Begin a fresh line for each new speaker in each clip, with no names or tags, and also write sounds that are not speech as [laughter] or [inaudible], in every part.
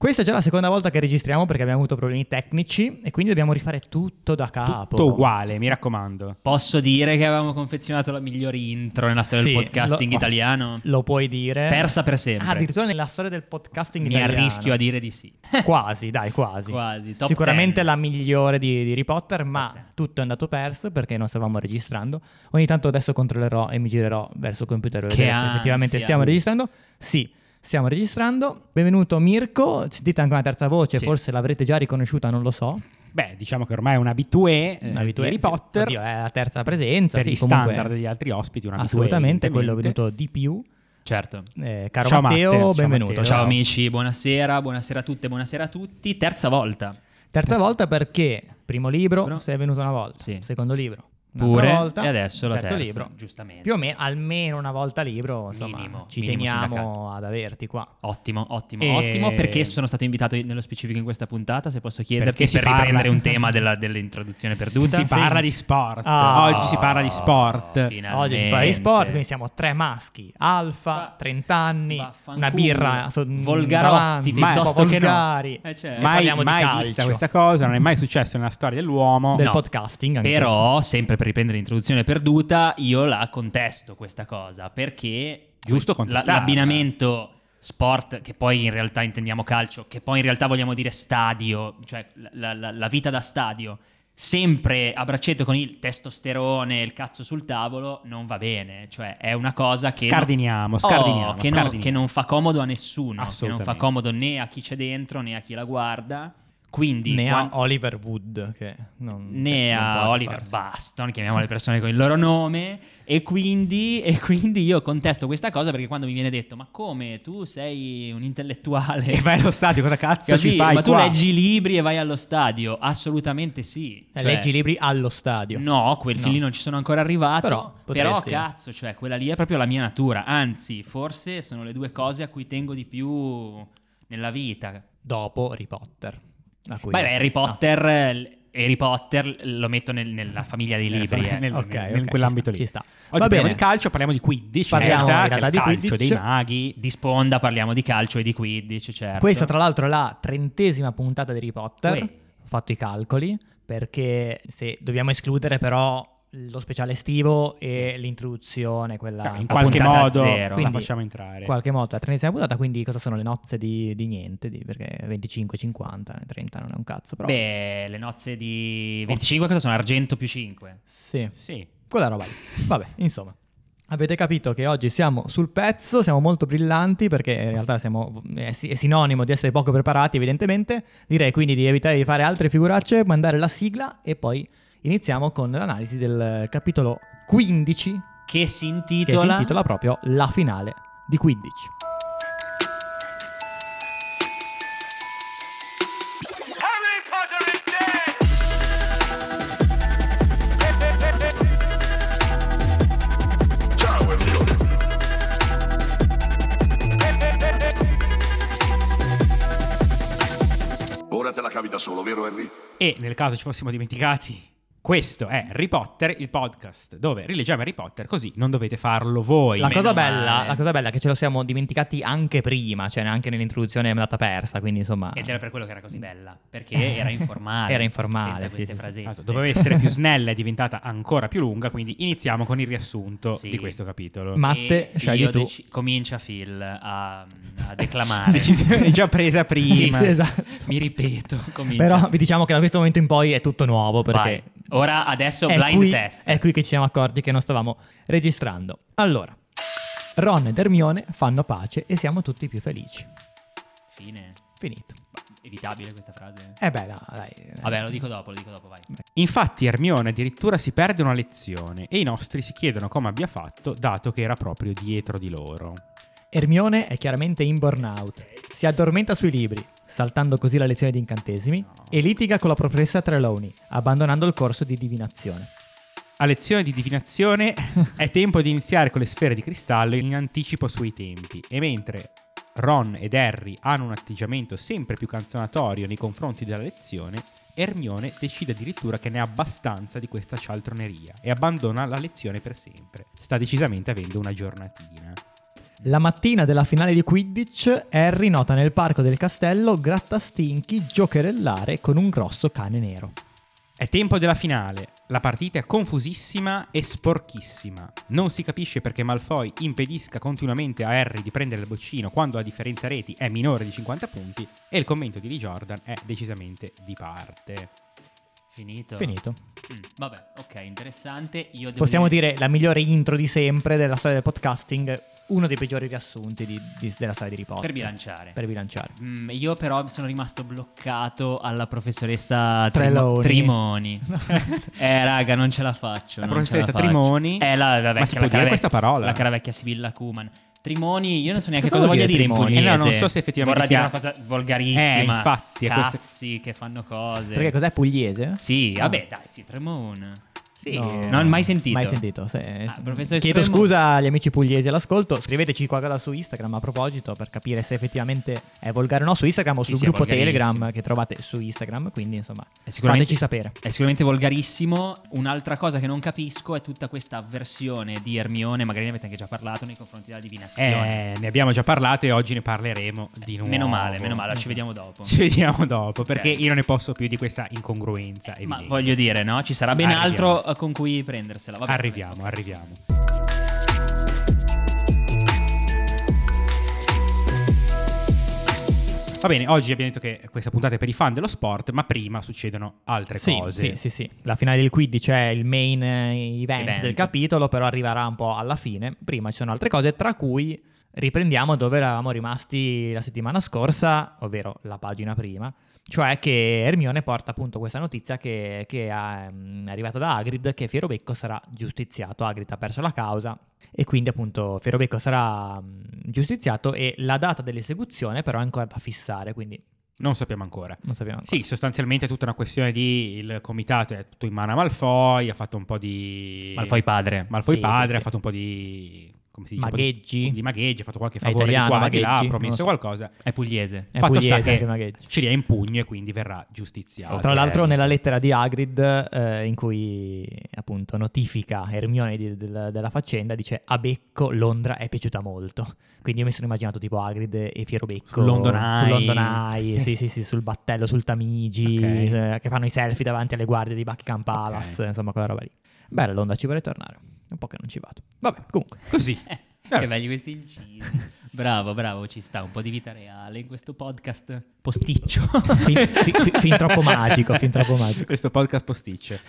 Questa è già la seconda volta che registriamo perché abbiamo avuto problemi tecnici e quindi dobbiamo rifare tutto da capo.
Tutto uguale, mi raccomando.
Posso dire che avevamo confezionato la migliore intro nella storia
Sì,
del podcasting
lo-
italiano?
[laughs] Lo puoi dire.
Persa per sempre.
Ah, addirittura nella storia del podcasting
mi
italiano.
arrischio a dire di sì.
[laughs] Quasi, dai, quasi.
Quasi, top
Sicuramente
10.
la migliore di, di Harry Potter,
Top
ma
10.
tutto è andato perso perché non stavamo registrando. Ogni tanto adesso controllerò e mi girerò verso il computer per
Che
vedere se
ansia.
effettivamente stiamo registrando. Sì, stiamo registrando. Benvenuto Mirko, sentite anche una terza voce,
Sì.
forse l'avrete già riconosciuta, non lo so.
Beh, diciamo che ormai è un abitué, eh,
Una
di Harry
sì.
Potter
Oddio, è la terza presenza,
per
sì,
gli
comunque,
standard degli altri ospiti, un abitué,
Assolutamente, quello
evidentemente.
venuto di più.
Certo.
Eh, caro
Ciao
Matteo,
Matteo, ciao
benvenuto.
Matteo.
Ciao amici, buonasera, buonasera a tutte, buonasera a tutti. Terza volta.
Terza volta perché primo libro,
Libro.
sei venuto una volta,
Sì.
secondo libro un'altra
Pure.
volta,
e adesso la
terzo
terza.
libro.
Giustamente.
Più o meno, almeno una volta libro, insomma,
Minimo,
ci
minimo
teniamo
sindacato.
ad averti qua.
Ottimo, ottimo,
E-
ottimo. Perché sono stato invitato io nello specifico in questa puntata? Se posso chiederti
Perché si
per
parla-
riprendere un tema della-
[laughs]
dell'introduzione perduta. Oh,
Si parla di sport.
Ah.
Oggi si parla di sport.
Oggi si parla di sport, quindi siamo tre maschi, alfa,
Va-
30 anni,
vaffanculo.
una birra, so- mm,
Volgarotti,
davanti,
piuttosto
un po'
che no.
volgari.
Eh, certo.
Ma-
mai
parliamo di
mai
calcio.
vista questa cosa, non è mai successo nella storia dell'uomo.
del
No,
podcasting. anche questo.
Però, sempre per riprendere l'introduzione perduta, io la contesto questa cosa perché
Giusto
la-
contestarla.
l'abbinamento sport, che poi in realtà intendiamo calcio, che poi in realtà vogliamo dire stadio, cioè la, la- la vita da stadio, sempre a braccetto con il testosterone, il cazzo sul tavolo, non va bene. Cioè, è una cosa che.
Scardiniamo,
Oh,
scardiniamo,
che, non,
scardiniamo.
che non fa comodo a nessuno, che non fa
Assolutamente.
comodo né a chi c'è dentro né a chi la guarda. Quindi,
ne
quan-
ha Oliver Wood, che non,
né
cioè, non
a
può
Oliver
farsi.
Baston, chiamiamo le persone con il loro nome, e quindi, e quindi io contesto questa cosa perché quando mi viene detto ma come tu sei un intellettuale,
E vai allo
[laughs]
stadio, cosa cazzo
Capì?
ci fai
ma tu
qua?
leggi libri e vai allo stadio? Assolutamente sì.
Eh,
Cioè,
leggi i libri allo stadio.
No, quel film
No.
lì non ci sono ancora arrivato.
Però
Però,
potresti.
cazzo, cioè, quella lì è proprio la mia natura. Anzi, forse sono le due cose a cui tengo di più nella vita.
Dopo Harry Potter. a cui-
Beh, beh, Harry Potter. l- Harry Potter lo metto nel- nella famiglia dei
Nella
libri.
famiglia-
eh.
nel-
Ah, ok,
in
ok,
quell'ambito
ci
lì. Certo.
sta, ci sta.
Oggi
Va
parliamo
bene.
di calcio, parliamo di Quidditch.
Parliamo
in realtà,
in realtà
che è il
di
calcio
Quidditch.
dei maghi.
Di sponda parliamo di calcio e di quidditch, certo.
Questa, tra l'altro, è la trentesima puntata di Harry Potter.
Uè.
Ho fatto i calcoli perché se dobbiamo escludere, però, lo speciale estivo e l'introduzione, quella
Cioè, In
La
qualche
puntata
modo
zero.
la
Ah, Quindi-
facciamo entrare.
in qualche modo la trentesima puntata. Quindi, cosa sono le nozze di, di niente? di- perché 25, 50, 30 non è un cazzo, però.
Beh, le nozze di 25 cosa sono? Argento più 5.
Sì,
Sì.
quella roba lì.
[laughs]
Vabbè, insomma. Avete capito che oggi siamo sul pezzo, siamo molto brillanti perché in realtà siamo, è, si- è sinonimo di essere poco preparati evidentemente. Direi quindi di evitare di fare altre figuracce, mandare la sigla e poi iniziamo con l'analisi del capitolo 15 che
Che si
si
intitola...
intitola proprio La finale di Quidditch.
Harry Potter is dead!
Ora te la cavi da solo, vero Harry?
E nel caso ci fossimo dimenticati, questo è Harry Potter, il podcast dove rileggiamo Harry Potter, così non dovete farlo voi.
La
Meno
cosa, bella,
male.
la cosa bella è che ce lo siamo dimenticati anche prima, cioè neanche nell'introduzione è andata persa, quindi insomma...
Ed era per quello che era così bella, perché era informale.
Eh. Era informale,
Senza
sì,
queste
sì, sì.
frasette.
Esatto, doveva essere più snella, è diventata ancora più lunga, quindi iniziamo con il riassunto
Sì.
di questo capitolo. [laughs]
Ma-
E
Matte, scegli
io
tu.
deci- comincia Phil a,
[laughs]
a declamare.
Decisione già presa prima.
Sì, [laughs] esatto.
[laughs] Mi ripeto, comincia.
Però vi diciamo che da questo momento in poi è tutto nuovo perché
Vai. Ora, adesso,
è
blind
qui,
test.
È qui che ci siamo accorti che non stavamo registrando. Allora, Ron ed Hermione fanno pace e siamo tutti più felici.
Fine.
Finito.
Evitabile questa frase.
Eh beh, no, dai.
Vabbè, lo dico dopo, lo dico dopo, vai.
Infatti Hermione addirittura si perde una lezione e i nostri si chiedono come abbia fatto dato che era proprio dietro di loro.
Hermione è chiaramente in burnout. Si addormenta sui libri, saltando così la lezione di incantesimi, e litiga con la professoressa Trelawney, abbandonando il corso di divinazione.
A lezione di divinazione è tempo di iniziare con le sfere di cristallo in anticipo sui tempi e mentre Ron ed Harry hanno un atteggiamento sempre più canzonatorio nei confronti della lezione, Hermione decide addirittura che ne ha abbastanza di questa cialtroneria e abbandona la lezione per sempre. Sta decisamente avendo una giornatina.
La mattina della finale di Quidditch, Harry nota nel parco del castello Grattastinchi giocherellare con un grosso cane nero.
È tempo della finale. La partita è confusissima e sporchissima. Non si capisce perché Malfoy impedisca continuamente a Harry di prendere il boccino quando la differenza reti è minore di 50 punti e il commento di Lee Jordan è decisamente di parte.
Finito.
Finito.
Mm, vabbè, ok, interessante. Io devo
Possiamo dire la migliore intro di sempre della storia del podcasting, uno dei peggiori riassunti di- di- della storia di Ripost.
Per bilanciare.
Per bilanciare.
Mm, io però sono rimasto bloccato alla professoressa Trimo-
Trelawney.
[laughs]
Trimoni. eh, raga, non ce la faccio.
La
non
professoressa
ce la faccio.
Trimoni?
Eh, la,
Ma
la vecchia,
si può
la
dire
caravec-
questa parola?
La cara vecchia Sibilla Kuman. Trimoni, io non so neanche
Cosa
cosa,
vuol
voglia
dire
dire in
Trimoni?
pugliese.
Eh, no, non so se effettivamente
Vorrà
sia-
dire una cosa volgarissima.
Eh, infatti, è questo-
Cazzi che fanno cose.
Perché cos'è pugliese?
Sì,
Ah.
vabbè, dai, sì, Tremon. Sì,
No.
non mai sentito.
Mai sentito. se-
Ah, professore
Chiedo
Spremo.
scusa agli amici pugliesi all'ascolto. Scriveteci qualcosa su Instagram a proposito per capire se effettivamente è volgare o no su Instagram o
Sì,
sul
sì, è
gruppo
volgarissimo.
Telegram che trovate su Instagram. Quindi insomma,
È sicuramente-
fateci sapere.
È sicuramente volgarissimo. Un'altra cosa che non capisco è tutta questa avversione di Ermione, magari ne avete anche già parlato, nei confronti della divinazione. Eh,
Eh, ne abbiamo già parlato e oggi ne parleremo di nuovo.
meno male, meno male, ci vediamo dopo.
Ci vediamo dopo perché
Ok. Eh,
io non ne posso più di questa incongruenza.
Ma
evidente.
voglio dire, no? Ci sarà ben
Arriviamo.
altro eh, con cui prendersela. Vabbè,
Arriviamo, arriviamo. Va bene, oggi abbiamo detto che questa puntata è per i fan dello sport, ma prima succedono altre
Sì, sì,
cose.
sì, sì. La finale del Quidditch è il main eh, event,
Event.
del capitolo, però arriverà un po' alla fine. Prima ci sono altre cose, tra cui riprendiamo dove eravamo rimasti la settimana scorsa, ovvero la pagina prima, cioè che Hermione porta appunto questa notizia che, che è ehm, arrivata da Hagrid che Fierobecco sarà giustiziato. Hagrid ha perso la causa e quindi appunto Fierobecco sarà mm, giustiziato e la data dell'esecuzione però è ancora da fissare, quindi
Non sappiamo ancora.
non sappiamo ancora.
Sì, sostanzialmente è tutta una questione di il comitato è tutto in mano a Malfoy, ha fatto un po' di
Malfoy padre.
Malfoy
Sì,
padre,
sì, sì.
ha fatto un po' di come si dice, un po'
Magheggi.
di, di magheggi, ha fatto qualche
È
favore
italiano,
di qua, di là, ha
magheggi,
promesso
non lo so.
qualcosa.
È pugliese.
È
Fatto
pugliese
sta
anche
che Ah,
Magheggi.
ce li ha in pugno e quindi verrà giustiziato. Eh,
Tra l'altro
Ok.
nella lettera di Hagrid eh, in cui appunto notifica Hermione di- del- della faccenda dice a Becco Londra è piaciuta molto. Quindi io mi sono immaginato tipo Hagrid e Fierobecco
Sul London Eye.
sul London Eye,
Sì.
sì. sì sì sul battello, sul Tamigi,
Ok.
eh, che fanno i selfie davanti alle guardie di Buckingham Palace, insomma quella roba lì. Bella Londra, ci vorrei tornare. È un po' che non ci vado. Vabbè, comunque.
Così.
[laughs]
Che belli questi incisi. Bravo, bravo, ci sta un po' di vita reale in questo podcast posticcio.
Fin, fi- fi- fin troppo
[laughs]
magico, fin troppo magico.
Questo podcast posticce.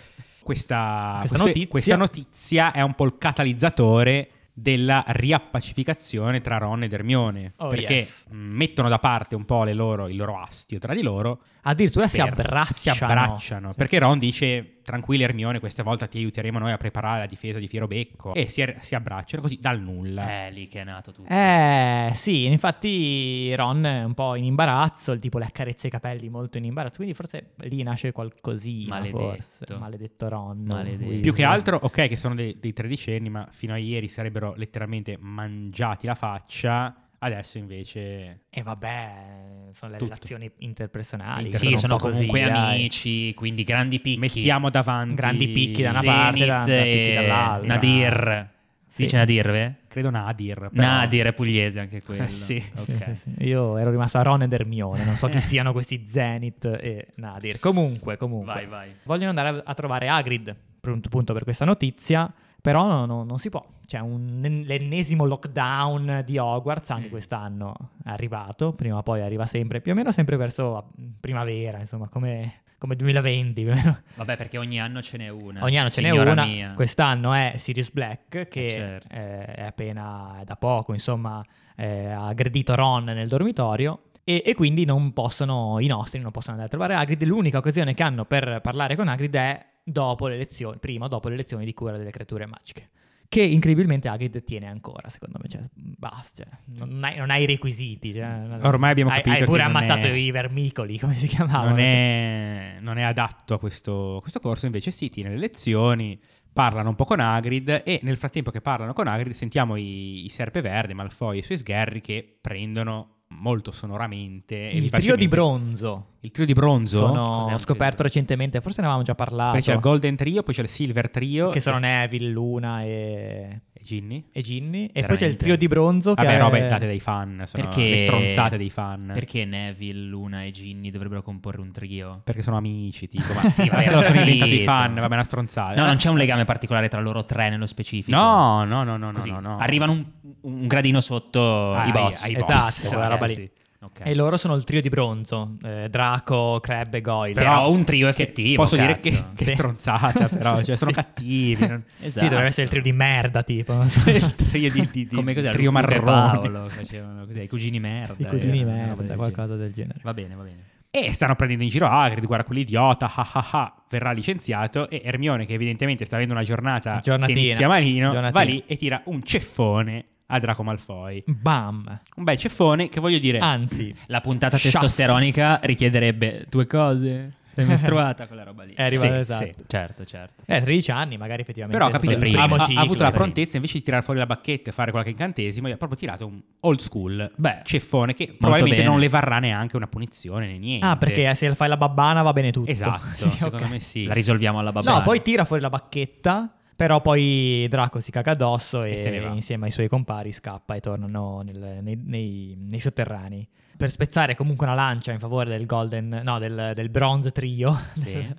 Questa,
Questa
questo-
notizia-
questa notizia è un po' il catalizzatore della riappacificazione tra Ron ed Hermione.
Oh,
perché
yes.
mh, mettono da parte un po' le loro- il loro astio tra di loro.
Addirittura si
per-
abbracciano.
si abbracciano, Perché Ron dice: Tranquilli, Hermione, questa volta ti aiuteremo noi a preparare la difesa di Fierobecco. E si, er- si abbracciano così dal nulla.
È lì che è nato tutto.
Eh sì, infatti Ron è un po' in imbarazzo, il tipo le accarezza i capelli molto in imbarazzo, quindi forse lì nasce qualcosina,
Maledetto.
forse. Maledetto Ron.
Maledetto.
Weasley.
Più che altro, ok, che sono dei, dei tredicenni, ma fino a ieri sarebbero letteralmente mangiati la faccia. Adesso invece
E eh, vabbè, sono le
Tutto.
relazioni interpersonali.
Sì,
sì, sono
un po' così,
comunque
dai.
amici, quindi grandi picchi.
mettiamo davanti
Grandi picchi da una
Zenit
parte, da- da
e
picchi dall'altra. Ah.
Nadir. Si
Sì. Eh,
dice Nadir, beh?
credo Nadir però.
Nadir è pugliese anche quello.
Sì.
Sì,
Ok.
sì, sì. Io ero rimasto a Ron ed Hermione, non so chi siano questi Zenith e Nadir. Comunque, [laughs] comunque.
Vai, vai.
Vogliono andare a, a trovare Hagrid, pronto punto per questa notizia, però no- no- non si può. C'è un- l'ennesimo lockdown di Hogwarts, anche
Mm.
quest'anno è arrivato, prima o poi arriva sempre, più o meno sempre verso ah, primavera, insomma, come, come 2020. più o meno.
Vabbè, perché ogni anno ce n'è una.
Ogni anno ce n'è
Eh, signora
una,
Mia.
quest'anno è Sirius Black che
Eh, certo.
eh, è appena è da poco, insomma, eh, ha aggredito Ron nel dormitorio. E, e quindi non possono, i nostri non possono andare a trovare Hagrid. L'unica occasione che hanno per parlare con Hagrid è dopo le lezioni, prima o dopo le lezioni di cura delle creature magiche. Che incredibilmente Hagrid tiene ancora, secondo me. Cioè, basta, cioè, non, hai, non hai i requisiti. cioè,
Ormai abbiamo
hai-
capito
Hai pure
che non
ammazzato
è-
i vermicoli, come si chiamavano.
non,
cioè.
è, non è adatto a questo, questo corso invece sì tiene le lezioni parlano un po' con Hagrid e nel frattempo che parlano con Hagrid sentiamo i, i Serpeverde Malfoy e i suoi sgherri che prendono molto sonoramente e
Il trio
vivacemente-
di bronzo.
il trio di bronzo
Sono-
Cos'è
ho
un
scoperto
trio?
recentemente, forse ne avevamo già parlato.
poi c'è il Golden Trio poi c'è il Silver Trio
Che sono
e,
Neville, Luna e.
Ginny.
e Ginny. E poi
Veramente.
c'è il trio di bronzo che
Vabbè,
è...
roba date dai fan, sono
Perché-
le stronzate dei fan.
Perché Neville, Luna e Ginny dovrebbero comporre un trio?
Perché sono
[laughs]
amici, tipo, ma sì,
Sì,
ma
vabbè,
se lo sono
capito.
diventati fan, vabbè, una
Ah,
stronzata.
eh.
No, non c'è un legame particolare tra loro tre nello specifico.
No, no, no, no, no,
Così,
no, no.
Arrivano un, un gradino sotto
Ai-
i boss. cioè,
ai boss.
Esatto,
Sì,
quella roba lì.
sì.
Ok.
Ah, E loro sono il trio di bronzo, eh, Draco, Crab e Goyle.
Però un trio effettivo,
Posso dire che,
cazzo.
che
Sì.
[laughs]
stronzata, però, cioè, sono
Sì.
cattivi. non-
Esatto.
Sì, dovrebbe essere il trio di merda, tipo.
[laughs] il trio di, di, di
Come cos'è?
trio
Luca e
marrone.
Paolo facevano così, i cugini merda.
I cugini
erano, una roba
merda,
del
qualcosa
genere.
del genere.
Va bene, va bene.
E stanno prendendo in giro Hagrid, guarda quell'idiota, ah ah ah, verrà licenziato e Hermione che evidentemente sta avendo una giornata
Giornatina.
che inizia malino, va
Giornatina.
lì e tira un ceffone a Draco Malfoy.
Bam!
Un bel ceffone che voglio dire,
Anzi,
La puntata
Shuff.
testosteronica richiederebbe due cose. Sei mestruata, quella roba lì.
è arrivato
Sì,
esatto.
sì.
Certo, certo.
Eh, 13 anni magari effettivamente.
però
è stato
capite,
il
ha,
primo
ha- ha
ciclo,
avuto la
sì.
prontezza invece di tirare fuori la bacchetta e fare qualche incantesimo, gli ha proprio tirato un old school
Beh,
ceffone che probabilmente
bene.
non le varrà neanche una punizione né niente.
Ah, perché eh, se fai la babbana va bene tutto.
Esatto,
[laughs] Sì,
secondo
ok.
me sì.
La risolviamo alla babà.
No, poi tira fuori la bacchetta, però poi Draco si caga addosso e,
E se ne va.
insieme ai suoi compari scappa e tornano nel- nei, nei- nei sotterranei. Per spezzare comunque una lancia in favore del Golden, no, del, del Bronze Trio. [laughs]
Sì.
Cioè,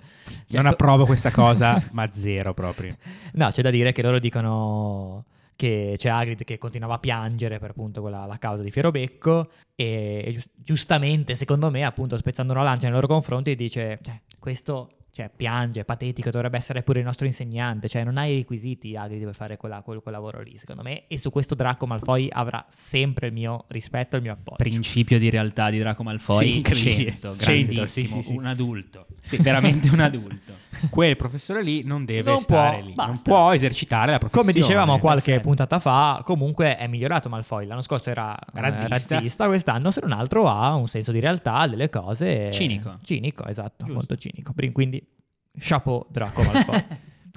Non approvo
[laughs]
questa cosa, ma zero proprio.
No, c'è da dire che loro dicono che c'è Hagrid che continuava a piangere per appunto quella, la causa di Fierobecco e, e gius- giustamente secondo me appunto spezzando una lancia nei loro confronti dice cioè, questo cioè, piange, è patetico, dovrebbe essere pure il nostro insegnante, cioè non hai i requisiti Hagrid per fare quella- quel, quel lavoro lì secondo me e su questo Draco Malfoy avrà sempre il mio rispetto e il mio appoggio.
Principio di realtà di Draco
Sì,
Malfoy.
incredibile.
100,
Cento,
grandissimo.
sì, sì, sì.
Un adulto. veramente un
[laughs]
adulto.
Quel professore lì non deve
Non
stare
può,
lì, non
basta.
può esercitare la professione.
Come dicevamo qualche
perfetto.
puntata fa, comunque è migliorato Malfoy. L'anno scorso era eh,
Razzista.
razzista. quest'anno se non altro ha un senso di realtà, delle cose.
Cinico.
Cinico, esatto,
Giusto.
molto cinico. Bri- Quindi, chapeau Draco
[laughs]
Malfoy.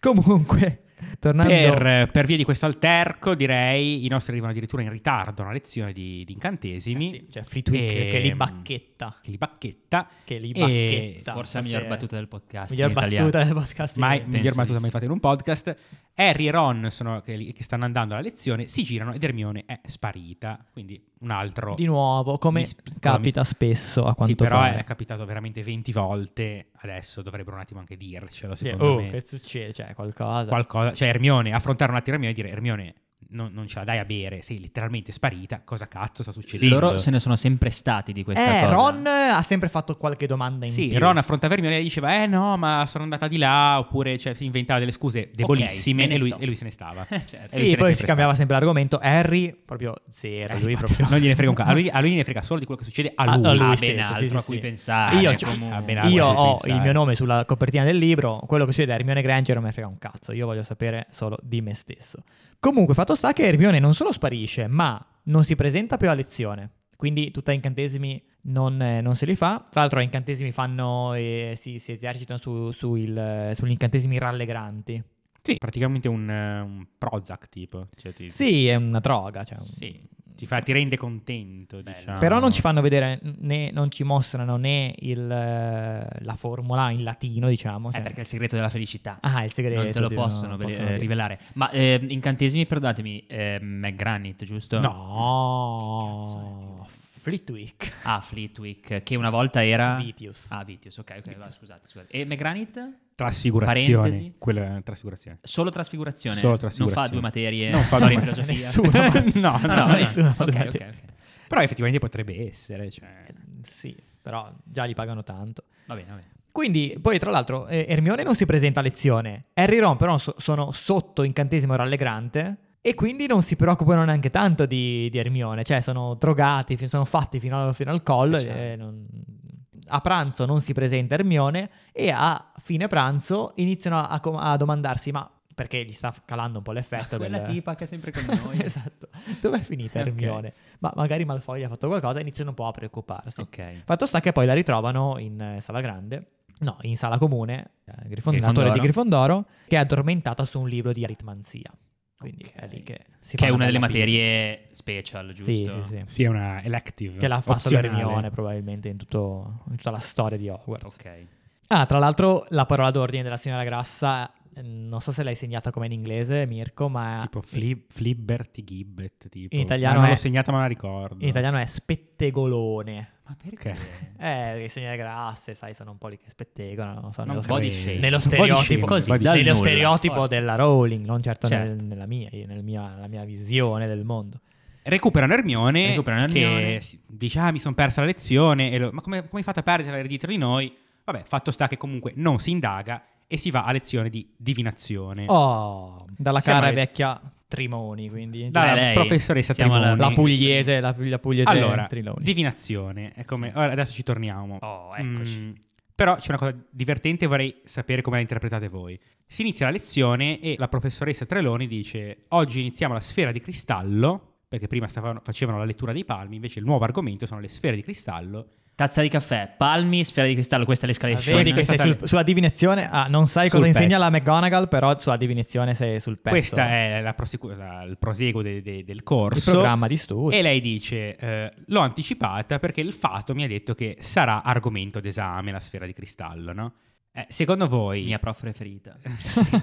comunque, tornando... Ah,
Per, per via di questo alterco, direi, i nostri arrivano addirittura in ritardo a una lezione di, di
Eh
incantesimi.
sì, cioè Flitwick
Ehm,
che li bacchetta.
Che li bacchetta.
Che li
e
bacchetta.
Forse la
Se-
miglior battuta del podcast.
Miglior
in italiano.
battuta del podcast.
Mai,
sì.
miglior
penso di
battuta
sì.
mai fatta in un podcast. Harry e Ron sono, che, li- che stanno andando alla lezione, si girano ed Hermione è sparita. Quindi un altro.
Di nuovo, come
Mi sp-
capita spesso a quanto
sì, però
pare.
è capitato veramente 20 volte. Adesso dovrebbero un attimo anche dircelo,
Cioè,
secondo
oh,
me.
che succede? Cioè,
esatto.
qualcosa.
qualcosa, cioè Hermione, affrontare un attimo Hermione e dire Hermione non, non ce la dai a bere, sei letteralmente sparita, cosa cazzo sta succedendo?
Loro se ne sono sempre stati di questa
eh,
cosa.
Ron ha sempre fatto qualche domanda in
sì,
più.
Ron affrontava Hermione e diceva eh no ma sono andata di là oppure cioè, si inventava delle scuse debolissime
me ne
e, lui,
sto.
e lui se ne
[laughs]
stava.
Certo.
[laughs]
E lui se
Sì,
ne
poi
è
si
sempre
cambiava sempre l'argomento. Harry, proprio zero.
Eh,
lui
infatti,
proprio.
Non gliene frega un cazzo, a lui, a lui gliene frega solo di quello che succede a
Ah,
lui.
a lui.
Ah, ben
stesso,
altro
sì, sì,
a cui
sì.
pensare.
Io,
comunque.
ah, ben altro.
[laughs] Io
Ah, guarda,
ho
pensare.
il mio nome sulla copertina del libro. Quello che succede a Hermione Granger non me ne frega un cazzo. Io voglio sapere solo di me stesso. Comunque, fatto sta che Hermione non solo sparisce, ma non si presenta più a lezione. Quindi, tutta incantesimi non, eh, non se li fa. Tra l'altro, incantesimi fanno eh, si, si esercitano su- sul, eh, sugli incantesimi rallegranti.
Sì, praticamente un, eh, un Prozac tipo. Cioè, ti,
Sì, è una droga. Cioè, un-
sì, ti, fa- ti rende contento, diciamo.
Però
Ah.
non ci fanno vedere né, non ci mostrano né il, eh, la formula in latino, diciamo.
Eh,
cioè-
perché è il segreto della felicità.
Ah, il segreto.
non te lo
ti-
possono, vede- eh,
dire.
rivelare. Ma eh, incantesimi, perdonatemi, eh, McGranit, giusto?
No,
eh.
Flitwick.
Ah, Flitwick, che una volta era...
Vitius.
Ah, Vitius, ok, ok, va, scusate, scusate. E McGranit? Parentesi.
Trasfigurazione. Quella trasfigurazione.
Solo trasfigurazione?
Solo trasfigurazione.
Non fa due materie,
Non fa
[laughs] storia
due-
e filosofia?
Nessuno.
[laughs]
no,
Ah,
no,
no,
No,
no,
nessuno fa
ok,
due
ok,
materie.
ok.
Però effettivamente potrebbe essere. Cioè.
Eh. Sì, però già gli pagano tanto.
Va bene, va bene.
Quindi, poi tra l'altro, eh, Hermione non si presenta a lezione. Harry e Ron però so- sono sotto incantesimo rallegrante e quindi non si preoccupano neanche tanto di, di Hermione. Cioè, sono drogati, fi- sono fatti fino al, fino al collo.
Speciale.
e non- A pranzo non si presenta Hermione e a fine pranzo iniziano a, a com- a domandarsi ma perché gli sta calando un po' l'effetto.
Ma quella
del-
tipa che
[laughs]
è sempre con noi.
esatto. Dov'è finita
Ok.
Hermione? Ma magari Malfoy ha fatto qualcosa e iniziano un po' a preoccuparsi.
Ok.
Fatto sta che poi la ritrovano in eh, sala grande, no, in sala comune, eh, Grifon-
Grifondoro.
natore di Grifondoro, che è addormentata su un libro di aritmanzia. Quindi è lì che si fa
Che è una delle
bella pisa.
materie special, giusto?
Sì, sì, sì.
Sì, è una elective.
Che l'ha fatto solo
opzionale.
Hermione probabilmente in, tutto- in tutta la storia di Hogwarts.
Ok.
Ah, tra l'altro la parola d'ordine della signora Grassa eh, non so se l'hai segnata come in inglese, Mirko, ma
Tipo Fli- Flibberti Gibbet. Tipo.
eh. In italiano
Ma non
è-
l'ho segnata, ma la ricordo.
in italiano è spettegolone.
Ma perché?
Eh, le segnere grasse, sai, sono un po' lì che spettegolano, non so,
Non
nello,
credo. body
credo.
shape.
nello
Body
stereotipo,
shape,
Così,
body
dal
shape.
nello
nulla,
stereotipo
forza.
della Rowling, non certo, nel-
Certo.
nella mia, nel mia- nella mia visione del mondo.
Recuperano Ermione,
Recuperano Hermione.
che si- dice ah mi sono persa la lezione, e lo- ma come, come hai fatto a perdere dietro di noi? Vabbè, fatto sta che comunque non si indaga e si va a lezione di divinazione.
Oh, dalla
Siamo
cara
alle-
vecchia Trimoni, quindi
Dalla
Eh, lei-
professoressa
siamo alla-
Trimoni.
la pugliese, la, la pugliese
Allora,
Triloni.
divinazione, è come- ora adesso ci torniamo.
Oh, eccoci.
Mm, però c'è una cosa divertente, vorrei sapere come la interpretate voi. Si inizia la lezione e la professoressa Treloni dice: Oggi iniziamo la sfera di cristallo, perché prima stavano- facevano la lettura dei palmi, invece il nuovo argomento sono le sfere di cristallo.
Tazza di caffè, palmi, sfera di cristallo, questa è
Ah,
l'escalation.
Vedi
Questa
che
è
sei
stata-
sul- sulla divinazione, ah, non sai
Sul
cosa insegna la
pezzo.
McGonagall, però sulla divinazione sei sul pezzo.
Questo è la prosecu- la- il proseguo de- de- del
il
corso.
programma di studio.
E lei dice: eh, L'ho anticipata perché il fato mi ha detto che sarà argomento d'esame la sfera di cristallo, no? Eh, secondo voi.
Mia prof preferita.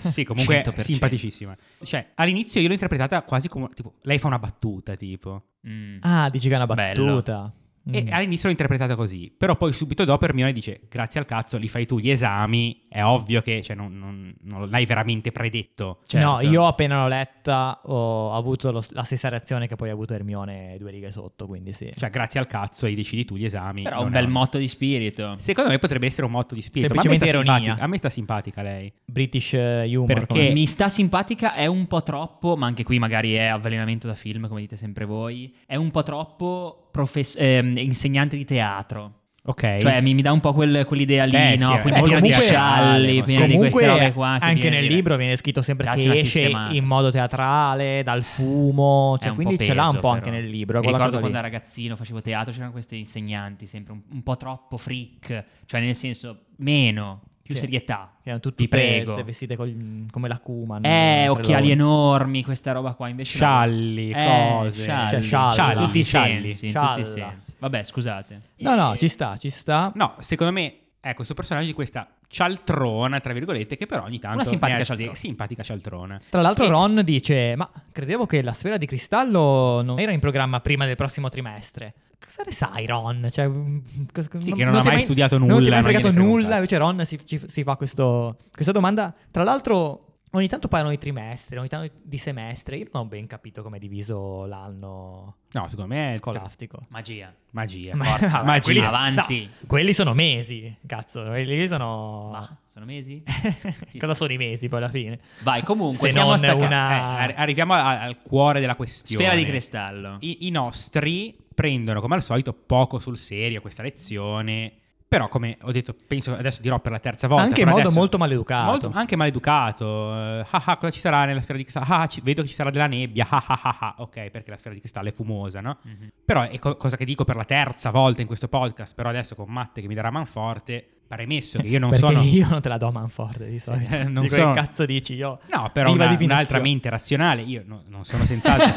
sì, comunque
100%.
simpaticissima. Cioè, all'inizio io l'ho interpretata quasi come tipo lei fa una battuta, tipo.
Mm.
[laughs] Ah, dici che è una
Bello.
battuta.
E
Mm.
all'inizio l'ho interpretata così, però poi subito dopo Hermione dice "Grazie al cazzo, li fai tu gli esami". È ovvio che cioè, non, non- non l'hai veramente predetto.
certo.
No, io appena l'ho letta ho avuto lo- la stessa reazione che poi ha avuto Hermione due righe sotto, quindi sì.
Cioè, grazie al cazzo li decidi tu gli esami.
Però
Non
un
è
bel
ovvio.
motto di spirito.
Secondo me potrebbe essere un motto di spirito, ma a me sta
Semplicemente ironia.
simpatica, a me sta simpatica lei.
British eh, humor.
Perché-
come-
Mi sta simpatica, è un po' troppo, ma anche qui magari è avvelenamento da film, come dite sempre voi. È un po' troppo profes- ehm, insegnante di teatro.
Ok.
Cioè, mi, mi dà un po' quel- quell'idea lì,
Beh,
no?
sì,
Quindi
eh,
piena di
comunque-
scialli,
Comunque-
piena di queste robe qua. che
anche
viene a
nel
dire-
libro viene scritto sempre
Dacci
che
una
esce
sistemata.
in modo teatrale, dal fumo,
È
cioè,
un
quindi
po'
ce l'ha
peso,
un po' anche
però.
nel libro.
Mi
quella cosa
ricordo
lì.
quando ero ragazzino facevo teatro, c'erano queste insegnanti sempre un, un po' troppo freak, cioè nel senso meno, più
Sì.
serietà.
Che erano tutti
Vi prego.
pre- vestite col- come la Kuma.
Eh, occhiali enormi, questa roba qua invece. no.
scialli,
Eh,
cose.
scialli.
Cioè, scialla.
Scialli,
tutti i
scialli.
sensi, in tutti i
Scialla.
sensi. Vabbè, scusate.
No, no, ci sta, ci sta.
No, secondo me è questo personaggio di questa cialtrona, tra virgolette, che però ogni tanto...
Una simpatica
ne azze-
cialtrona.
Simpatica cialtrona.
Tra l'altro
Che-
Ron dice, ma credevo che la sfera di cristallo non era in programma prima del prossimo trimestre. Cosa ne sai Ron? Cioè, mm, cos-
Sì,
non-
che non ha
ti è
mai studiato
Non ti è
nulla,
mai
non
fregato
gliene frega un
nulla,
cazzo.
invece Ron si, ci- si fa questo- questa domanda. Tra l'altro ogni tanto parlano di trimestre, ogni tanto di semestre. Io non ho ben capito come è diviso l'anno
No, secondo me è
scolastico.
Magia.
magia.
Ma-
Forza,
vabbè,
magia.
quelli-
avanti.
no, quelli sono mesi, cazzo. Quelli sono...
Ma sono mesi?
[laughs] Cosa sono i mesi poi alla fine?
Vai, comunque,
Se
siamo
non
a sta ca-
Eh,
una...
arri- arriviamo a- al cuore della questione.
Sfera di cristallo.
I, i nostri prendono, come al solito, poco sul serio questa lezione. Però, come ho detto, penso adesso dirò per la terza volta.
Anche in
però
modo
adesso-
molto maleducato.
Molto- anche maleducato. Eh, ah, ah, cosa ci sarà nella sfera di cristallo? Ah, ci- vedo che ci sarà della nebbia. Ah, ah, ah, ah. Ok, perché la sfera di cristallo è fumosa, no?
Mhm.
Però è co- cosa che dico per la terza volta in questo podcast, però adesso con Matte che mi darà manforte, premesso che io
[laughs]
non
Perché
sono...
io non te la do a Manford di solito.
[laughs] Eh, non
Dico,
sono-
che cazzo dici io?
No, però
Viva
una-
divinazione.
un'altra mente razionale, io no- non sono
[laughs]
senz'altro...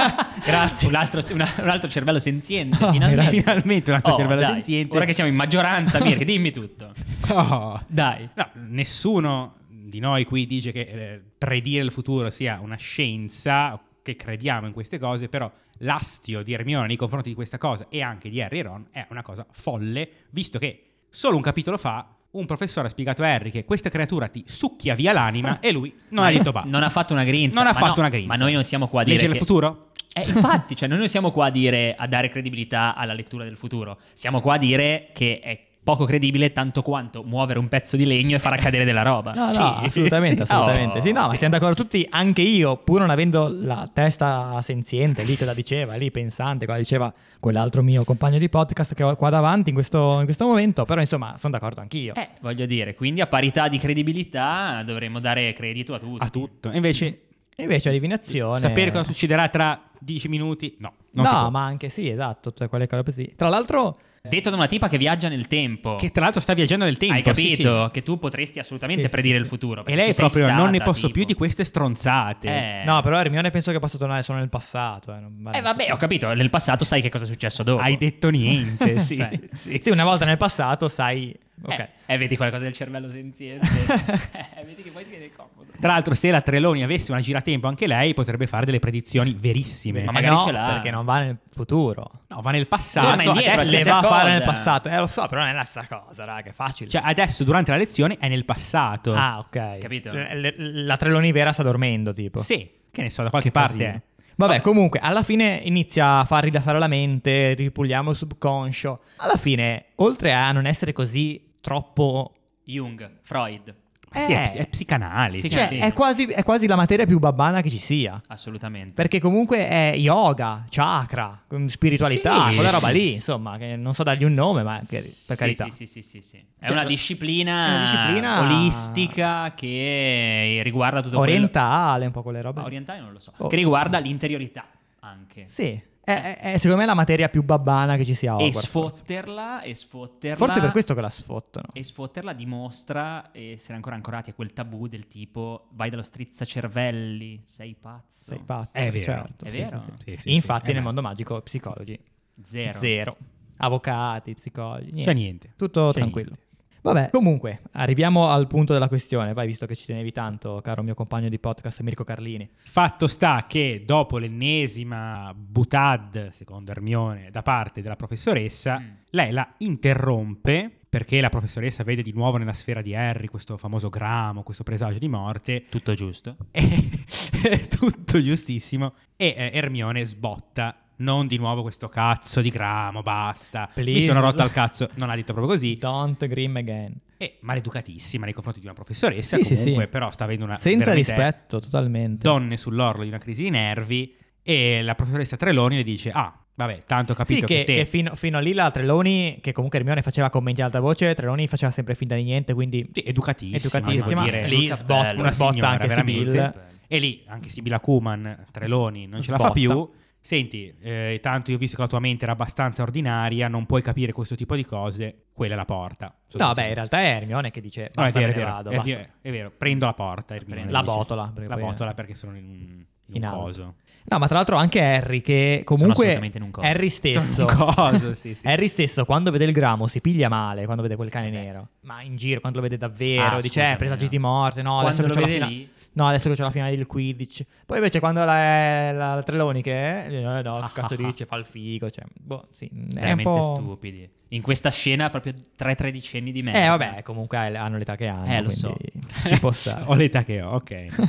Grazie. Un altro, una- un altro cervello senziente,
Oh,
finalmente.
finalmente un altro cervello
dai,
senziente.
Ora che siamo in maggioranza, [laughs] Mirko, dimmi tutto.
Oh.
Dai.
No, nessuno di noi qui dice che eh, predire il futuro sia una scienza, che crediamo in queste cose, però l'astio di Hermione nei confronti di questa cosa e anche di Harry e Ron è una cosa folle, visto che solo un capitolo fa un professore ha spiegato a Harry che questa creatura ti succhia via
[laughs]
l'anima e lui non ha detto bah.
Non ha fatto una grinza.
Non ha
ma
fatto
no,
una grinza.
Ma noi non siamo qua a dire
Legge il
che-
futuro?
Eh, infatti, cioè, noi non siamo qua a dire a dare credibilità alla lettura del futuro. Siamo qua a dire che è poco credibile tanto quanto muovere un pezzo di legno e far accadere della roba.
No, no,
Sì.
assolutamente, assolutamente.
[laughs]
[laughs] Oh,
sì, no, ma
sì.
siamo d'accordo tutti, anche io, pur non avendo la testa senziente lì che la diceva, lì pensante, qua diceva quell'altro mio compagno di podcast che ho qua davanti in questo, in questo momento, però insomma sono d'accordo anch'io.
Eh, voglio dire, quindi a parità di credibilità dovremmo dare credito a tutti.
A tutto. E Invece
Invece la divinazione...
sapere cosa succederà tra 10 minuti? No, non
No,
si può.
ma anche sì, esatto, tutte quelle cose così. Tra l'tro...
Detto da una tipa che viaggia nel tempo.
Che tra l'altro sta viaggiando nel tempo.
Hai
sì,
capito?
sì.
Che tu potresti assolutamente
Sì, sì,
predire
sì,
il
sì.
futuro.
E
perché
lei
ci sei
proprio non ne
stata,
posso più
tipo.
di queste stronzate.
Eh.
No, però Hermione penso che possa tornare solo nel passato. Eh, non vale
Eh vabbè, ho capito, nel passato sai che cosa è successo
[laughs]
dopo. [laughs]
Hai detto niente, Eh, sì,
boh. Cioè,
sì, sì.
Sì, una volta nel passato sai Ok.
Eh, eh, vedi qualcosa del
[laughs]
cervello senziente. eh, vedi che poi ti viene comodo.
Tra l'altro, se la Treloni avesse una giratempo anche lei, potrebbe fare delle predizioni verissime.
Ma
Eh
magari
no,
ce l'ha.
perché non va nel futuro.
No, va nel
Torna
passato.
indietro,
Adesso,
Le
stessa
va a fare
cosa.
nel passato. Eh, lo so, però non è la stessa cosa, raga, è facile.
cioè, adesso, durante la lezione, è nel passato.
ah, ok.
Capito?
Le- le- la Treloni vera sta dormendo, tipo.
Sì, che ne so, da qualche parte
Casino.
è.
Vabbè, comunque, alla fine inizia a far rilassare la mente, ripuliamo il subconscio. Alla fine, oltre a non essere così troppo...
Jung, Freud,
Ma sì, è,
Eh.
ps- è psicanalisi.
Sì,
Cioè,
sì.
è, quasi, è quasi la materia più babbana che ci sia.
assolutamente.
Perché comunque è yoga, chakra, mm, spiritualità,
Sì.
quella roba lì, insomma, che non so dargli un nome, ma che- per
Sì,
carità.
Sì, sì, sì, sì, sì. È,
Cioè,
una disciplina
è una disciplina-
olistica che riguarda tutto quello... Ah,
Orientale, un po' quelle robe.
Ma orientale non lo so.
Oh.
Che riguarda l'interiorità anche.
Sì, è, è- è secondo me la materia più babbana che ci sia
E
Hogwarts. forse.
sfotterla, e sfotterla...
Forse per questo che la sfottono.
E sfotterla dimostra essere ancora ancorati a quel tabù del tipo vai dallo strizzacervelli, sei pazzo.
Sei pazzo,
È vero.
certo,
È
sì,
vero?
sì, sì.
Sì, sì,
Infatti
sì. Eh
nel
beh.
mondo magico psicologi
Zero.
zero. Avvocati, psicologi, niente.
Cioè, niente.
Tutto
Cioè,
tranquillo.
niente.
Vabbè, comunque, arriviamo al punto della questione. Vai, visto che ci tenevi tanto, caro mio compagno di podcast Mirko Carlini.
Fatto sta che dopo l'ennesima butad, secondo Hermione, da parte della professoressa,
Mm.
lei la interrompe perché la professoressa vede di nuovo nella sfera di Harry questo famoso gramo, questo presagio di morte
Tutto giusto.
E- [laughs] è tutto giustissimo. E eh, Hermione sbotta. Non di nuovo questo cazzo di gramo, basta. Mi
Please.
sono rotta al cazzo. Non ha detto proprio così.
Don't grim again.
È maleducatissima nei confronti di una professoressa.
Sì, sì,
comunque,
sì.
però sta avendo una
Senza
veramente
rispetto, totalmente.
Donne sull'orlo di una crisi di nervi. E la professoressa Treloni le dice: Ah, vabbè, tanto ho
Sì,
capito
che,
te.
che fino, fino a lì la Treloni, che comunque Hermione faceva commenti ad alta voce, Treloni faceva sempre finta di niente, quindi
Sì, educatissima,
educatissima.
voglio dire.
lì
Giù
sbotta,
cappello. Una
sbotta
signora,
anche
veramente.
Sibyl.
E lì anche Sibilla Kuman, Treloni, non ce la fa
Sbotta.
più. Senti, eh, tanto io ho visto che la tua mente era abbastanza ordinaria, non puoi capire questo tipo di cose, quella è la porta.
No, beh, in realtà è Hermione che dice
No, è
basta,
vero,
me
è
ne
vero,
vado,
è,
basta.
vero, è vero, prendo la porta. Hermione,
Prendo
la
dice.
botola, perché
La
poi-
botola perché sono in un, in
In
un
alto.
coso.
No, ma tra l'altro anche Harry, che comunque
assolutamente in un coso.
Harry stesso,
Sono un coso, sì,
[laughs]
sì.
Harry stesso quando vede il gramo si piglia male quando vede quel
Eh
cane nero, ma in giro quando lo vede davvero
Ah,
dice
scusami,
eh, presagi
no.
di morte, no,
Quando
adesso che
lo
c'ho la
vede
finale.
lì-
No, adesso che c'è la finale del Quidditch. Poi invece quando la, la, la Treloni che eh, no, che cazzo
[laughs]
dice, fa il figo, cioè, boh, sì, è un
veramente
po'
stupidi. In questa scena proprio tre tredicenni di me.
Eh vabbè, comunque hanno l'età che hanno,
Eh, lo
quindi
so.
ci può
[laughs]
stare.
Ho l'età che ho, ok.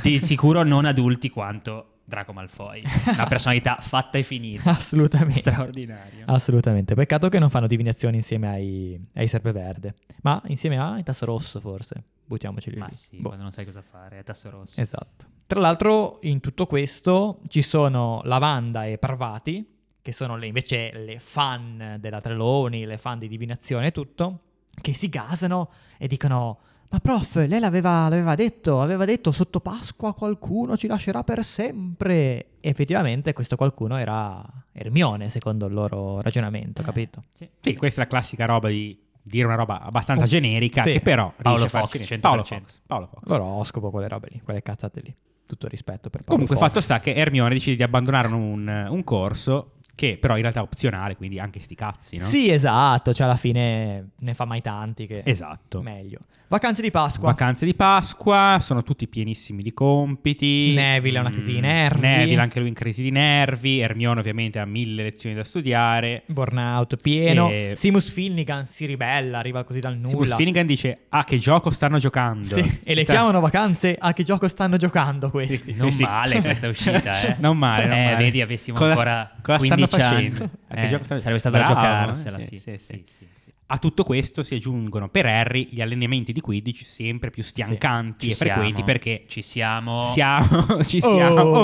[laughs]
Di sicuro non adulti quanto Draco Malfoy.
[laughs]
Una personalità fatta e finita.
Assolutamente. Ah,
Straordinario.
Assolutamente, peccato che non fanno divinazioni insieme ai, ai serpeverde, ma insieme a il tasso rosso forse, buttiamoci lì.
Ma sì,
Boh,
quando non sai cosa fare, è tasso rosso.
Esatto. Tra l'altro in tutto questo ci sono Lavanda e Parvati, che sono le- invece le fan della Treloni, le fan di divinazione e tutto, che si gasano e dicono... Ma prof, lei l'aveva, l'aveva detto, aveva detto sotto Pasqua qualcuno ci lascerà per sempre. E effettivamente questo qualcuno era Ermione, secondo il loro ragionamento,
Eh,
capito?
Sì.
Sì, questa è la classica roba di dire una roba abbastanza generica
Oh, Sì.
che però
Paolo
riesce a farci
Fox,
niente. Paolo
100%.
Fox, Paolo Fox.
L'oroscopo, quelle robe lì, quelle cazzate lì. Tutto rispetto per Paolo
Comunque,
Fox.
fatto sta che Hermione decide di abbandonare un, un corso che però in realtà è opzionale, quindi anche sti cazzi, no?
Sì, esatto, cioè alla fine ne fa mai tanti che
Esatto.
meglio. Vacanze di Pasqua.
Vacanze di Pasqua, sono tutti pienissimi di compiti. Mm,
Neville ha una crisi di nervi.
Neville anche lui in crisi di nervi. Hermione ovviamente ha mille lezioni da studiare.
Burnout pieno.
E-
Simus Finnegan si ribella, arriva così dal nulla.
Sibus Finnegan dice, ah che gioco stanno giocando.
Sì, e le
Sta-
chiamano vacanze. A che gioco stanno giocando questi?
Non
Questi-
male questa uscita, eh.
[laughs] non male, non
Eh,
male.
vedi, avessimo
Cosa-
ancora
cosa stanno
15 anni.
facendo? A che
Eh,
gioco stanno-
sarebbe stata da
Bravo,
giocarsela,
eh,
sì.
sì, sì,
Sì, sì, sì.
A tutto questo si aggiungono per Harry gli allenamenti di Quidditch sempre più sfiancanti
Ci
e frequenti
siamo.
perché
ci siamo.
siamo, [laughs] ci siamo.
Oh.